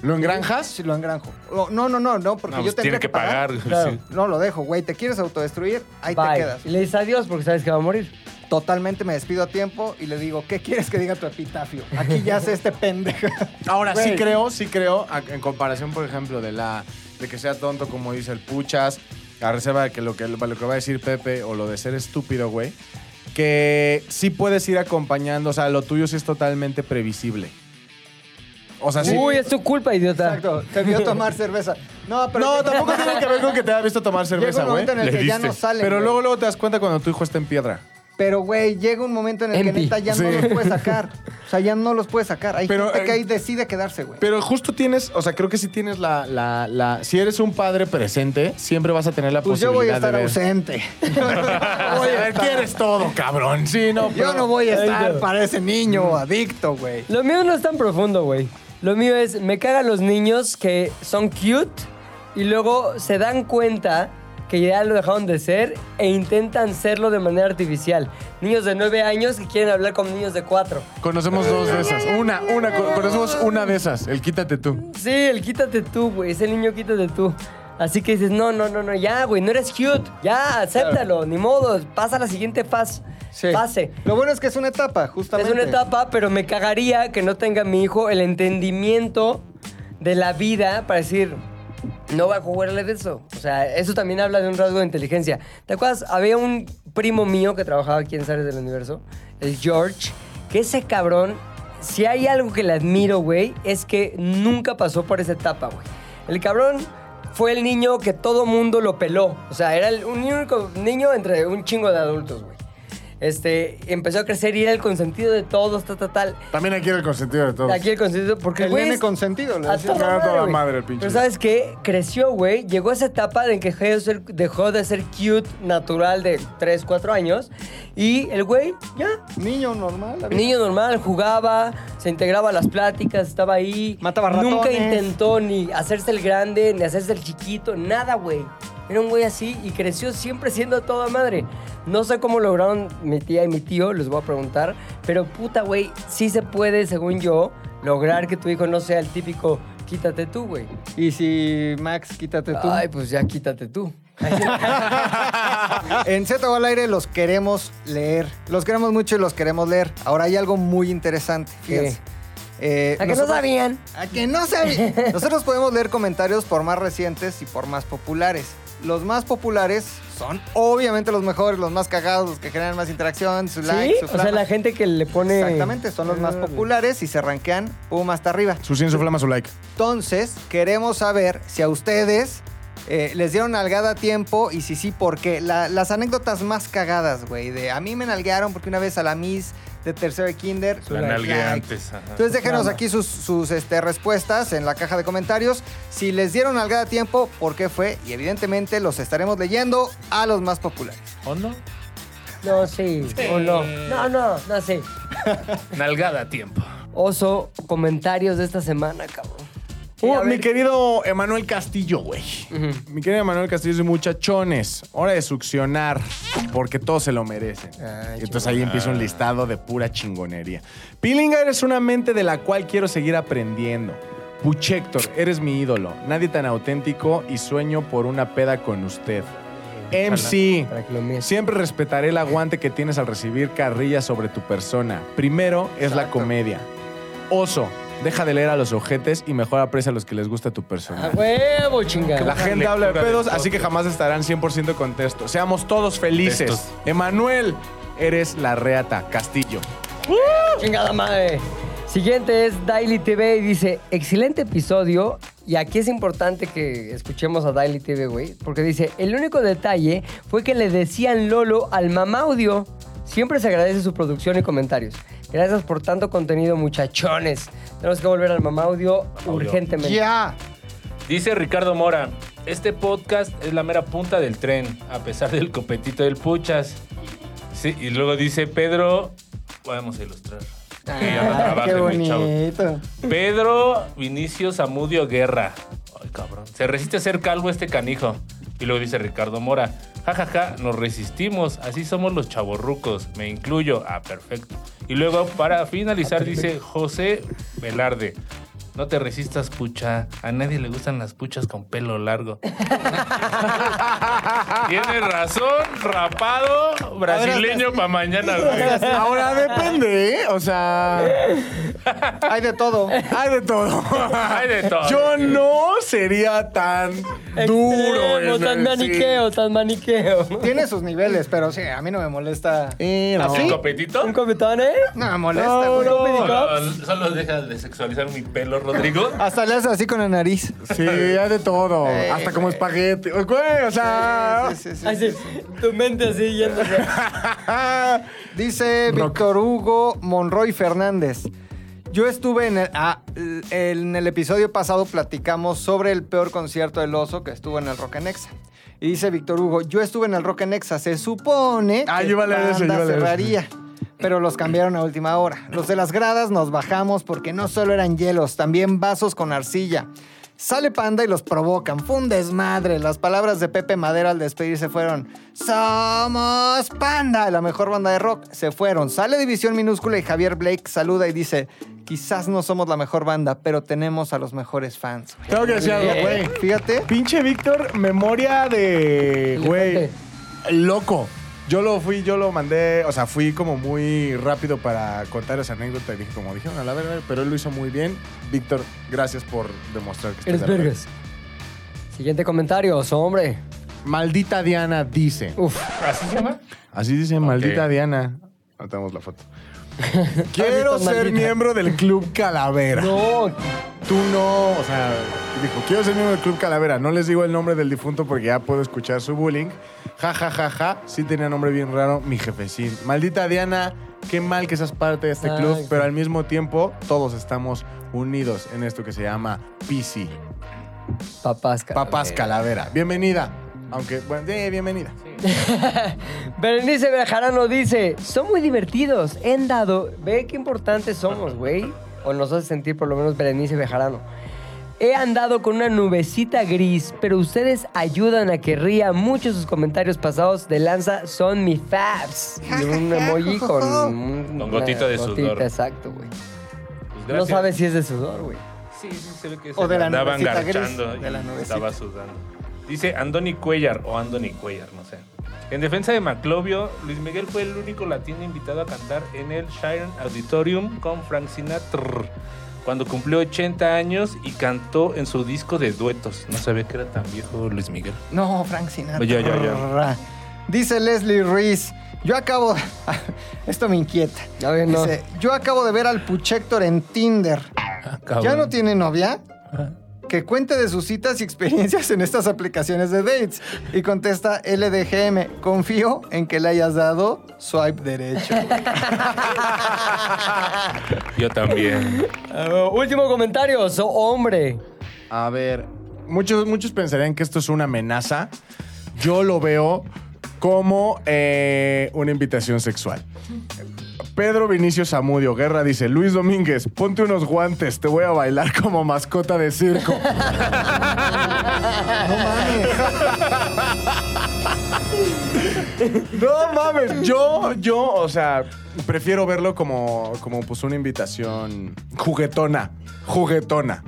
Speaker 2: ¿Lo engranjas?
Speaker 3: Sí, lo engranjo. Oh, No, no, no, no, porque
Speaker 4: No,
Speaker 3: yo
Speaker 4: pues tiene
Speaker 3: tendría
Speaker 4: que pagar. güey,
Speaker 1: Claro.
Speaker 4: sí.
Speaker 3: No, lo dejo, güey. ¿Te quieres autodestruir? Ahí
Speaker 1: Bye.
Speaker 3: te quedas.
Speaker 1: Y le dices adiós porque sabes que va a morir.
Speaker 3: Totalmente me despido a tiempo y le digo, ¿qué quieres que diga tu epitafio? Aquí ya sé este pendejo.
Speaker 2: Ahora sí
Speaker 3: Güey.
Speaker 2: creo, sí creo, a- en comparación, por ejemplo, de la de que sea tonto, como dice el Puchas, a reserva de que lo que, lo que va a decir Pepe o lo de ser estúpido, güey, que sí puedes ir acompañando, o sea, lo tuyo sí es totalmente previsible. O sea, sí.
Speaker 1: Uy, es tu culpa, idiota.
Speaker 3: Ah, Exacto, te vio tomar cerveza. No, pero...
Speaker 2: no, tampoco tiene que ver con que te haya visto tomar
Speaker 3: Llega
Speaker 2: cerveza,
Speaker 3: un
Speaker 2: güey.
Speaker 3: momento en el
Speaker 4: Le
Speaker 3: que ya
Speaker 4: diste.
Speaker 3: no sale.
Speaker 2: Pero luego, luego te das cuenta cuando tu hijo está en piedra.
Speaker 3: Pero, güey, llega un momento en el que
Speaker 1: Empi.
Speaker 3: neta ya no
Speaker 2: Sí.
Speaker 3: los puedes sacar. O sea, ya no los puedes sacar. Hay
Speaker 2: Pero,
Speaker 3: gente que
Speaker 2: eh,
Speaker 3: ahí decide quedarse, güey.
Speaker 2: Pero justo tienes, o sea, creo que si tienes la, la, la- si eres un padre presente, siempre vas a tener la
Speaker 3: Pues yo
Speaker 2: posibilidad
Speaker 3: voy a estar
Speaker 2: de ver.
Speaker 3: ausente.
Speaker 2: Oye, a ver, quieres todo, cabrón. Sí, no,
Speaker 3: Yo
Speaker 2: pero-
Speaker 3: no voy a estar
Speaker 1: no.
Speaker 3: para ese
Speaker 2: Mm.
Speaker 3: niño adicto, güey.
Speaker 1: Lo mío no es tan profundo, güey. Lo mío es, me cagan los niños que son cute y luego se dan cuenta que ya lo dejaron de ser e intentan serlo de manera artificial. Niños de 9 años que quieren hablar con niños de 4.
Speaker 2: Conocemos dos de esas. Una, una, co- conocemos una de esas. El quítate tú.
Speaker 1: Sí, el quítate tú, güey. Ese niño quítate tú. Así que dices, no, no, no, no, ya, güey, no eres cute. Ya, acéptalo, ni modo. Pasa a la siguiente fase.
Speaker 3: Sí.
Speaker 1: Fase.
Speaker 3: Lo bueno es que es una etapa, justamente.
Speaker 1: Es una etapa, pero me cagaría que no tenga mi hijo el entendimiento de la vida para decir, no voy a jugarle de eso. O sea, eso también habla de un rasgo de inteligencia. ¿Te acuerdas? Había un primo mío que trabajaba aquí en Sales del Universo, el George, que ese cabrón, si hay algo que le admiro, güey, es que nunca pasó por esa etapa, güey. El cabrón fue el niño que todo mundo lo peló. O sea, era el un único niño entre un chingo de adultos, güey. Este, empezó a crecer y era el consentido de todos, tal, tal, tal.
Speaker 2: También aquí el consentido de todos.
Speaker 1: Aquí el consentido, porque,
Speaker 3: El
Speaker 1: güey,
Speaker 3: nene
Speaker 1: es-
Speaker 3: consentido, le
Speaker 1: a
Speaker 3: decían.
Speaker 2: toda
Speaker 1: güey.
Speaker 2: madre el pinche.
Speaker 1: Pero ¿sabes qué? Creció, güey. Llegó a esa etapa en que dejó de ser, dejó de ser cute, natural, de 3, 4 años. Y el güey, ya,
Speaker 3: Niño normal. adicto.
Speaker 1: Niño normal, jugaba, se integraba a las pláticas, estaba ahí.
Speaker 3: Mataba ratones.
Speaker 1: Nunca intentó ni hacerse el grande, ni hacerse el chiquito, nada, güey. Era un güey así y creció siempre siendo a toda madre. No sé cómo lograron mi tía y mi tío, les voy a preguntar. Pero puta, güey, sí se puede, según yo, lograr que tu hijo no sea el típico quítate tú, güey.
Speaker 3: Y si, Max, quítate tú. Pues
Speaker 1: Ay, pues ya quítate tú.
Speaker 3: En Z al aire los queremos leer. Los queremos mucho y los queremos leer. Ahora hay algo muy interesante.
Speaker 1: ¿Qué?
Speaker 3: Fíjense. Eh,
Speaker 1: ¿A que no
Speaker 3: nosotros-
Speaker 1: sabían?
Speaker 3: A que no sabían. Nosotros podemos leer comentarios por más recientes y por más populares. Los más populares son obviamente los mejores, los más cagados, los que generan más interacción, su pues, like,
Speaker 1: ¿Sí?
Speaker 3: su
Speaker 1: O sea,
Speaker 3: flama.
Speaker 1: la gente que le pone...
Speaker 3: Exactamente, son los más populares y se rankean pum hasta arriba.
Speaker 2: Su cien, su flama, su like.
Speaker 3: Entonces, queremos saber si a ustedes eh, les dieron nalgada a tiempo y si sí, por qué. La- las anécdotas más cagadas, güey, de a mí me nalguearon porque una vez a la Miss de tercero de kinder...
Speaker 4: La
Speaker 3: like.
Speaker 4: nalgué antes. ajá.
Speaker 3: Entonces déjenos aquí sus, sus, este, respuestas en la caja de comentarios. Si les dieron nalgada a tiempo, por qué fue. Y evidentemente los estaremos leyendo a los más populares.
Speaker 4: ¿O no?
Speaker 1: No, sí, o no. No, no, no, sí.
Speaker 4: Nalgada a tiempo.
Speaker 1: Oso, comentarios de esta semana, cabrón.
Speaker 2: Uh,
Speaker 1: Y a
Speaker 2: mi
Speaker 1: ver-
Speaker 2: querido Emanuel Castillo, güey. Mi querido Emanuel Castillo dice, muchachones, hora de succionar, porque todos se lo merecen. Y Entonces ahí empieza un listado de pura chingonería. Pilinga, eres una mente de la cual quiero seguir aprendiendo. Puchector, eres mi ídolo. Nadie tan auténtico y sueño por una peda con usted. MC.
Speaker 1: Para que lo mires.
Speaker 2: Siempre respetaré el aguante que tienes al recibir carrilla sobre tu persona. Primero es la comedia. Oso, deja de leer a los ojetes y mejor aprecia a los que les gusta tu
Speaker 1: A
Speaker 2: persona.
Speaker 1: huevo,
Speaker 2: La
Speaker 1: chingada.
Speaker 2: gente habla de
Speaker 4: lectura de
Speaker 2: pedos, así
Speaker 4: toque.
Speaker 2: que jamás estarán 100% contentos. Seamos todos felices.
Speaker 4: Textos.
Speaker 2: Emanuel, eres la reata. Castillo.
Speaker 1: Chingada madre. Siguiente es Daily TV y dice, excelente episodio. Y aquí es importante que escuchemos a Daily TV, güey. Porque dice, el único detalle fue que le decían Lolo al mamá audio. Siempre se agradece su producción y comentarios. Gracias por tanto contenido, muchachones. Tenemos que volver al mamá audio urgentemente.
Speaker 3: ¡Ya!
Speaker 4: Dice Ricardo Mora, este podcast es la mera punta del tren, a pesar del copetito del puchas. Sí, y luego dice Pedro, vamos a ilustrar. Que ya no
Speaker 3: Ah, ¡Qué
Speaker 4: trabajen, mis chavos.
Speaker 3: bonito!
Speaker 4: Pedro Vinicio Zamudio Guerra. Ay, cabrón. Se resiste a ser calvo este canijo. Y luego dice Ricardo Mora. Ja, ja, ja, nos resistimos. Así somos los chavorrucos. Me incluyo. Ah, perfecto. Y luego, para
Speaker 3: Ah,
Speaker 4: finalizar, dice José Velarde. No te resistas, pucha. A nadie le gustan las puchas con pelo largo. Tiene razón, rapado, brasileño para mañana. güey.
Speaker 2: Ahora depende, ¿eh? O sea,
Speaker 3: Hay de todo.
Speaker 2: hay de todo.
Speaker 4: Hay de todo.
Speaker 2: Yo no sería tan duro.
Speaker 1: Extremo,
Speaker 2: en
Speaker 1: tan
Speaker 2: el-
Speaker 1: maniqueo, tan maniqueo.
Speaker 3: Tiene sus niveles, pero sí, a mí no me molesta.
Speaker 2: Eh, no.
Speaker 4: ¿El
Speaker 3: ¿Así?
Speaker 4: copetito?
Speaker 1: ¿Un cometón, eh?
Speaker 3: No me molesta,
Speaker 2: No,
Speaker 3: güey.
Speaker 2: no.
Speaker 4: Solo, solo deja de sexualizar mi pelo, Rodrigo.
Speaker 3: Hasta le haces así con la nariz.
Speaker 2: Sí, hay de todo.
Speaker 3: Eh,
Speaker 2: Hasta como
Speaker 3: güey.
Speaker 2: espagueti. Güey, o sea.
Speaker 3: Sí, sí, sí, sí. Ah,
Speaker 1: Así, tu mente así yéndose.
Speaker 3: Dice
Speaker 2: Rock.
Speaker 3: Víctor Hugo Monroy Fernández. Yo estuve en el, ah, l- en el episodio pasado, platicamos sobre el peor concierto del oso que estuvo en el Rock en Exa. Y dice Víctor Hugo, yo estuve en el Rock en Exa, se supone
Speaker 2: Ah,
Speaker 3: que
Speaker 2: yo iba a leer
Speaker 3: Panda
Speaker 2: eso, yo iba a leer eso.
Speaker 3: cerraría, pero los cambiaron a última hora. Los de las gradas nos bajamos porque no solo eran hielos, también vasos con arcilla. Sale Panda y los provocan. Fue un desmadre. Las palabras de Pepe Madera al despedirse fueron: ¡Somos Panda! La mejor banda de rock. Se fueron. Sale División Minúscula y Javier Blake saluda y dice: Quizás no somos la mejor banda, pero tenemos a los mejores fans.
Speaker 2: Tengo que decir algo, güey.
Speaker 4: Eh.
Speaker 3: Fíjate.
Speaker 2: Pinche Víctor, memoria de. Güey. Loco. Yo lo fui, yo lo mandé, o sea, fui como muy rápido para contar esa anécdota y dije, como dijeron, a la verga, pero él lo hizo muy bien. Víctor, gracias por demostrar que
Speaker 1: Eres
Speaker 2: estás de acuerdo.
Speaker 1: vergas. Siguiente comentario, oso, hombre.
Speaker 2: Maldita Diana dice.
Speaker 1: Uf.
Speaker 4: ¿Así se llama?
Speaker 2: Así dice maldita Diana. No tenemos la foto. Quiero
Speaker 1: Maldita,
Speaker 2: ser
Speaker 1: maldita.
Speaker 2: miembro del Club Calavera.
Speaker 1: No,
Speaker 2: Tú no, o sea, dijo, quiero ser miembro del Club Calavera. No les digo el nombre del difunto porque ya puedo escuchar su bullying. Ja, ja, ja, ja. Sí tenía nombre bien raro, mi jefecín. Maldita Diana, qué mal que seas parte de este
Speaker 1: Ay,
Speaker 2: club,
Speaker 1: sí.
Speaker 2: pero al mismo tiempo todos estamos unidos en esto que se llama PC.
Speaker 1: papás, cara.
Speaker 2: Papás Calavera. Bienvenida. Aunque, bueno, eh, bienvenida.
Speaker 1: Berenice Bejarano dice, son muy divertidos, he dado. Ve qué importantes somos, güey. O nos hace sentir por lo menos Berenice Bejarano. He andado con una nubecita gris, pero ustedes ayudan a que ría mucho sus comentarios pasados de lanza son mis fabs. Y un emoji con un,
Speaker 4: Con gotita
Speaker 1: una
Speaker 4: de sudor.
Speaker 1: Exacto, güey.
Speaker 4: Pues
Speaker 1: No
Speaker 4: gracias.
Speaker 1: sabes si es de sudor, güey.
Speaker 4: Sí, sí, se ve que
Speaker 3: O
Speaker 4: se
Speaker 3: de la
Speaker 4: andaban
Speaker 3: nubecita gris,
Speaker 4: garchando
Speaker 3: de la
Speaker 4: y
Speaker 3: nubecita.
Speaker 4: estaba sudando. Dice Andoni Cuellar o Andoni Cuellar, no sé. En defensa de Maclovio, Luis Miguel fue el único latino invitado a cantar en el Shiren Auditorium con Frank Sinatra cuando cumplió 80 años y cantó en su disco de duetos. No sabía que era tan viejo Luis Miguel.
Speaker 3: No, Frank Sinatra.
Speaker 4: Ya, ya, ya.
Speaker 3: Dice Leslie Ruiz. Yo acabo. Esto me inquieta.
Speaker 1: A ver, no.
Speaker 3: Dice, yo acabo de ver al Puchector en Tinder.
Speaker 1: Ah,
Speaker 3: ¿Ya no tiene novia? Que cuente de sus citas y experiencias en estas aplicaciones de dates. Y contesta LDGM, confío en que le hayas dado swipe derecho.
Speaker 4: Yo también.
Speaker 1: Ah, último comentario, so hombre.
Speaker 2: A ver, muchos, muchos pensarían que esto es una amenaza. Yo lo veo como eh, una invitación sexual. Pedro Vinicio Zamudio Guerra dice, Luis Domínguez, ponte unos guantes, te voy a bailar como mascota de circo.
Speaker 3: no mames.
Speaker 2: no mames, yo, yo, o sea, prefiero verlo como, como pues una invitación juguetona, juguetona.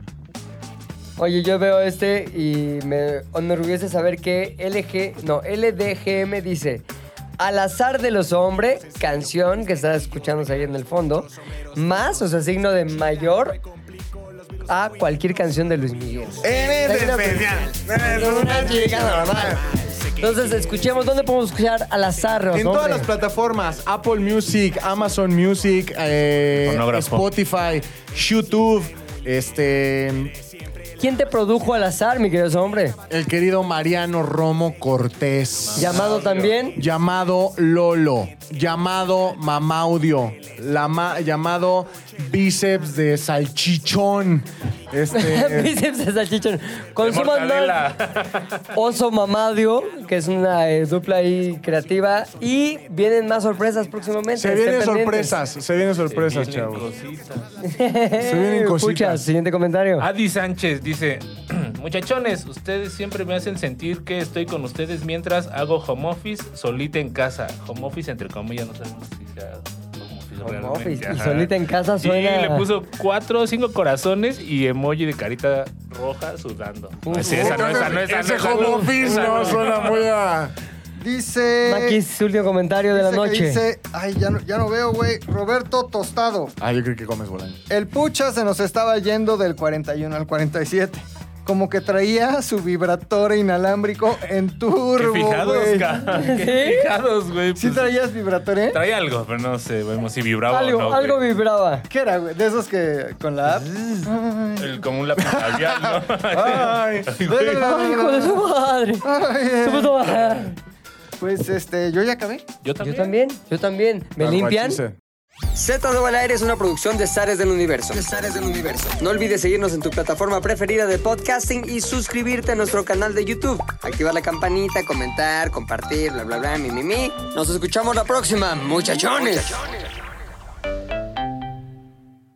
Speaker 1: Oye, yo veo este y me enorgullece saber que LG, no, LDGM dice. Al azar de los hombres, canción que está escuchándose ahí en el fondo, más, o sea, signo de mayor a cualquier canción de Luis Miguel.
Speaker 2: Eres
Speaker 1: Signo-
Speaker 2: este especial. Eres una chica normal.
Speaker 1: Entonces, escuchemos, ¿dónde podemos escuchar al azar? los
Speaker 2: En todas
Speaker 1: hombres?
Speaker 2: las plataformas, Apple Music, Amazon Music, eh,
Speaker 4: Fonógrafo.
Speaker 2: Spotify, YouTube, este,
Speaker 1: ¿Quién te produjo al azar, mi querido hombre?
Speaker 2: el querido Mariano Romo Cortés.
Speaker 1: Llamado también.
Speaker 2: llamado Lolo, llamado Mamaudio, la ma- llamado Bíceps de Salchichón. Este,
Speaker 1: Bíceps de salchichón. Consuman
Speaker 4: mortadela.
Speaker 1: Oso Mamadio, que es una eh, dupla ahí creativa. Y vienen más sorpresas próximamente.
Speaker 2: se
Speaker 1: estén
Speaker 2: vienen
Speaker 1: pendientes.
Speaker 2: sorpresas, se vienen sorpresas, chavos.
Speaker 1: Se
Speaker 2: vienen cositas.
Speaker 1: Escucha, siguiente comentario.
Speaker 4: Adi Sánchez dice, muchachones, ustedes siempre me hacen sentir que estoy con ustedes mientras hago home office solita en casa. Home office entre comillas, no sabemos si sea home office
Speaker 1: Home
Speaker 4: realmente,
Speaker 1: office, y
Speaker 4: ajá.
Speaker 1: solita en casa suena-
Speaker 4: Y le puso cuatro o cinco corazones y emoji de carita roja sudando.
Speaker 1: Uh,
Speaker 4: Sí, esa no, esa no, esa no,
Speaker 2: Ese
Speaker 4: esa
Speaker 2: home
Speaker 4: no.
Speaker 2: office
Speaker 4: Esa
Speaker 2: no
Speaker 4: no.
Speaker 2: suena muy a...
Speaker 3: Dice.
Speaker 1: Maquis, su último comentario de la
Speaker 3: dice que
Speaker 1: noche.
Speaker 3: dice- ay, ya no, ya no veo, güey. Roberto Tostado.
Speaker 2: Ah, yo creo que comes volando.
Speaker 3: El pucha se nos estaba yendo del 41 al 47. Como que traía su vibrador inalámbrico en turbo.
Speaker 4: Qué fijados,
Speaker 3: güey.
Speaker 4: ca-
Speaker 1: ¿Sí?
Speaker 4: Qué fijados, güey.
Speaker 3: ¿Sí
Speaker 4: pues,
Speaker 3: traías vibrador, eh?
Speaker 4: traía algo, pero no sé, vemos si vibraba
Speaker 1: algo
Speaker 4: o no.
Speaker 1: algo
Speaker 4: güey.
Speaker 1: vibraba.
Speaker 3: ¿Qué era, güey? De esos que con la app.
Speaker 4: El- Como un lápiz labial, ¿no?
Speaker 2: Ay,
Speaker 1: Ay, hijo de su madre. Su puta madre.
Speaker 3: Pues este, yo ya acabé.
Speaker 1: Yo
Speaker 4: Yo también.
Speaker 1: también, yo también. ¿Me limpian?
Speaker 2: Aguachise.
Speaker 8: Z de al aire es una producción de Zares del Universo. del Universo. No olvides seguirnos en tu plataforma preferida de podcasting y suscribirte a nuestro canal de YouTube. Activar la campanita, comentar, compartir, bla, bla, bla, mi, mi, mi. Nos escuchamos la próxima, muchachones.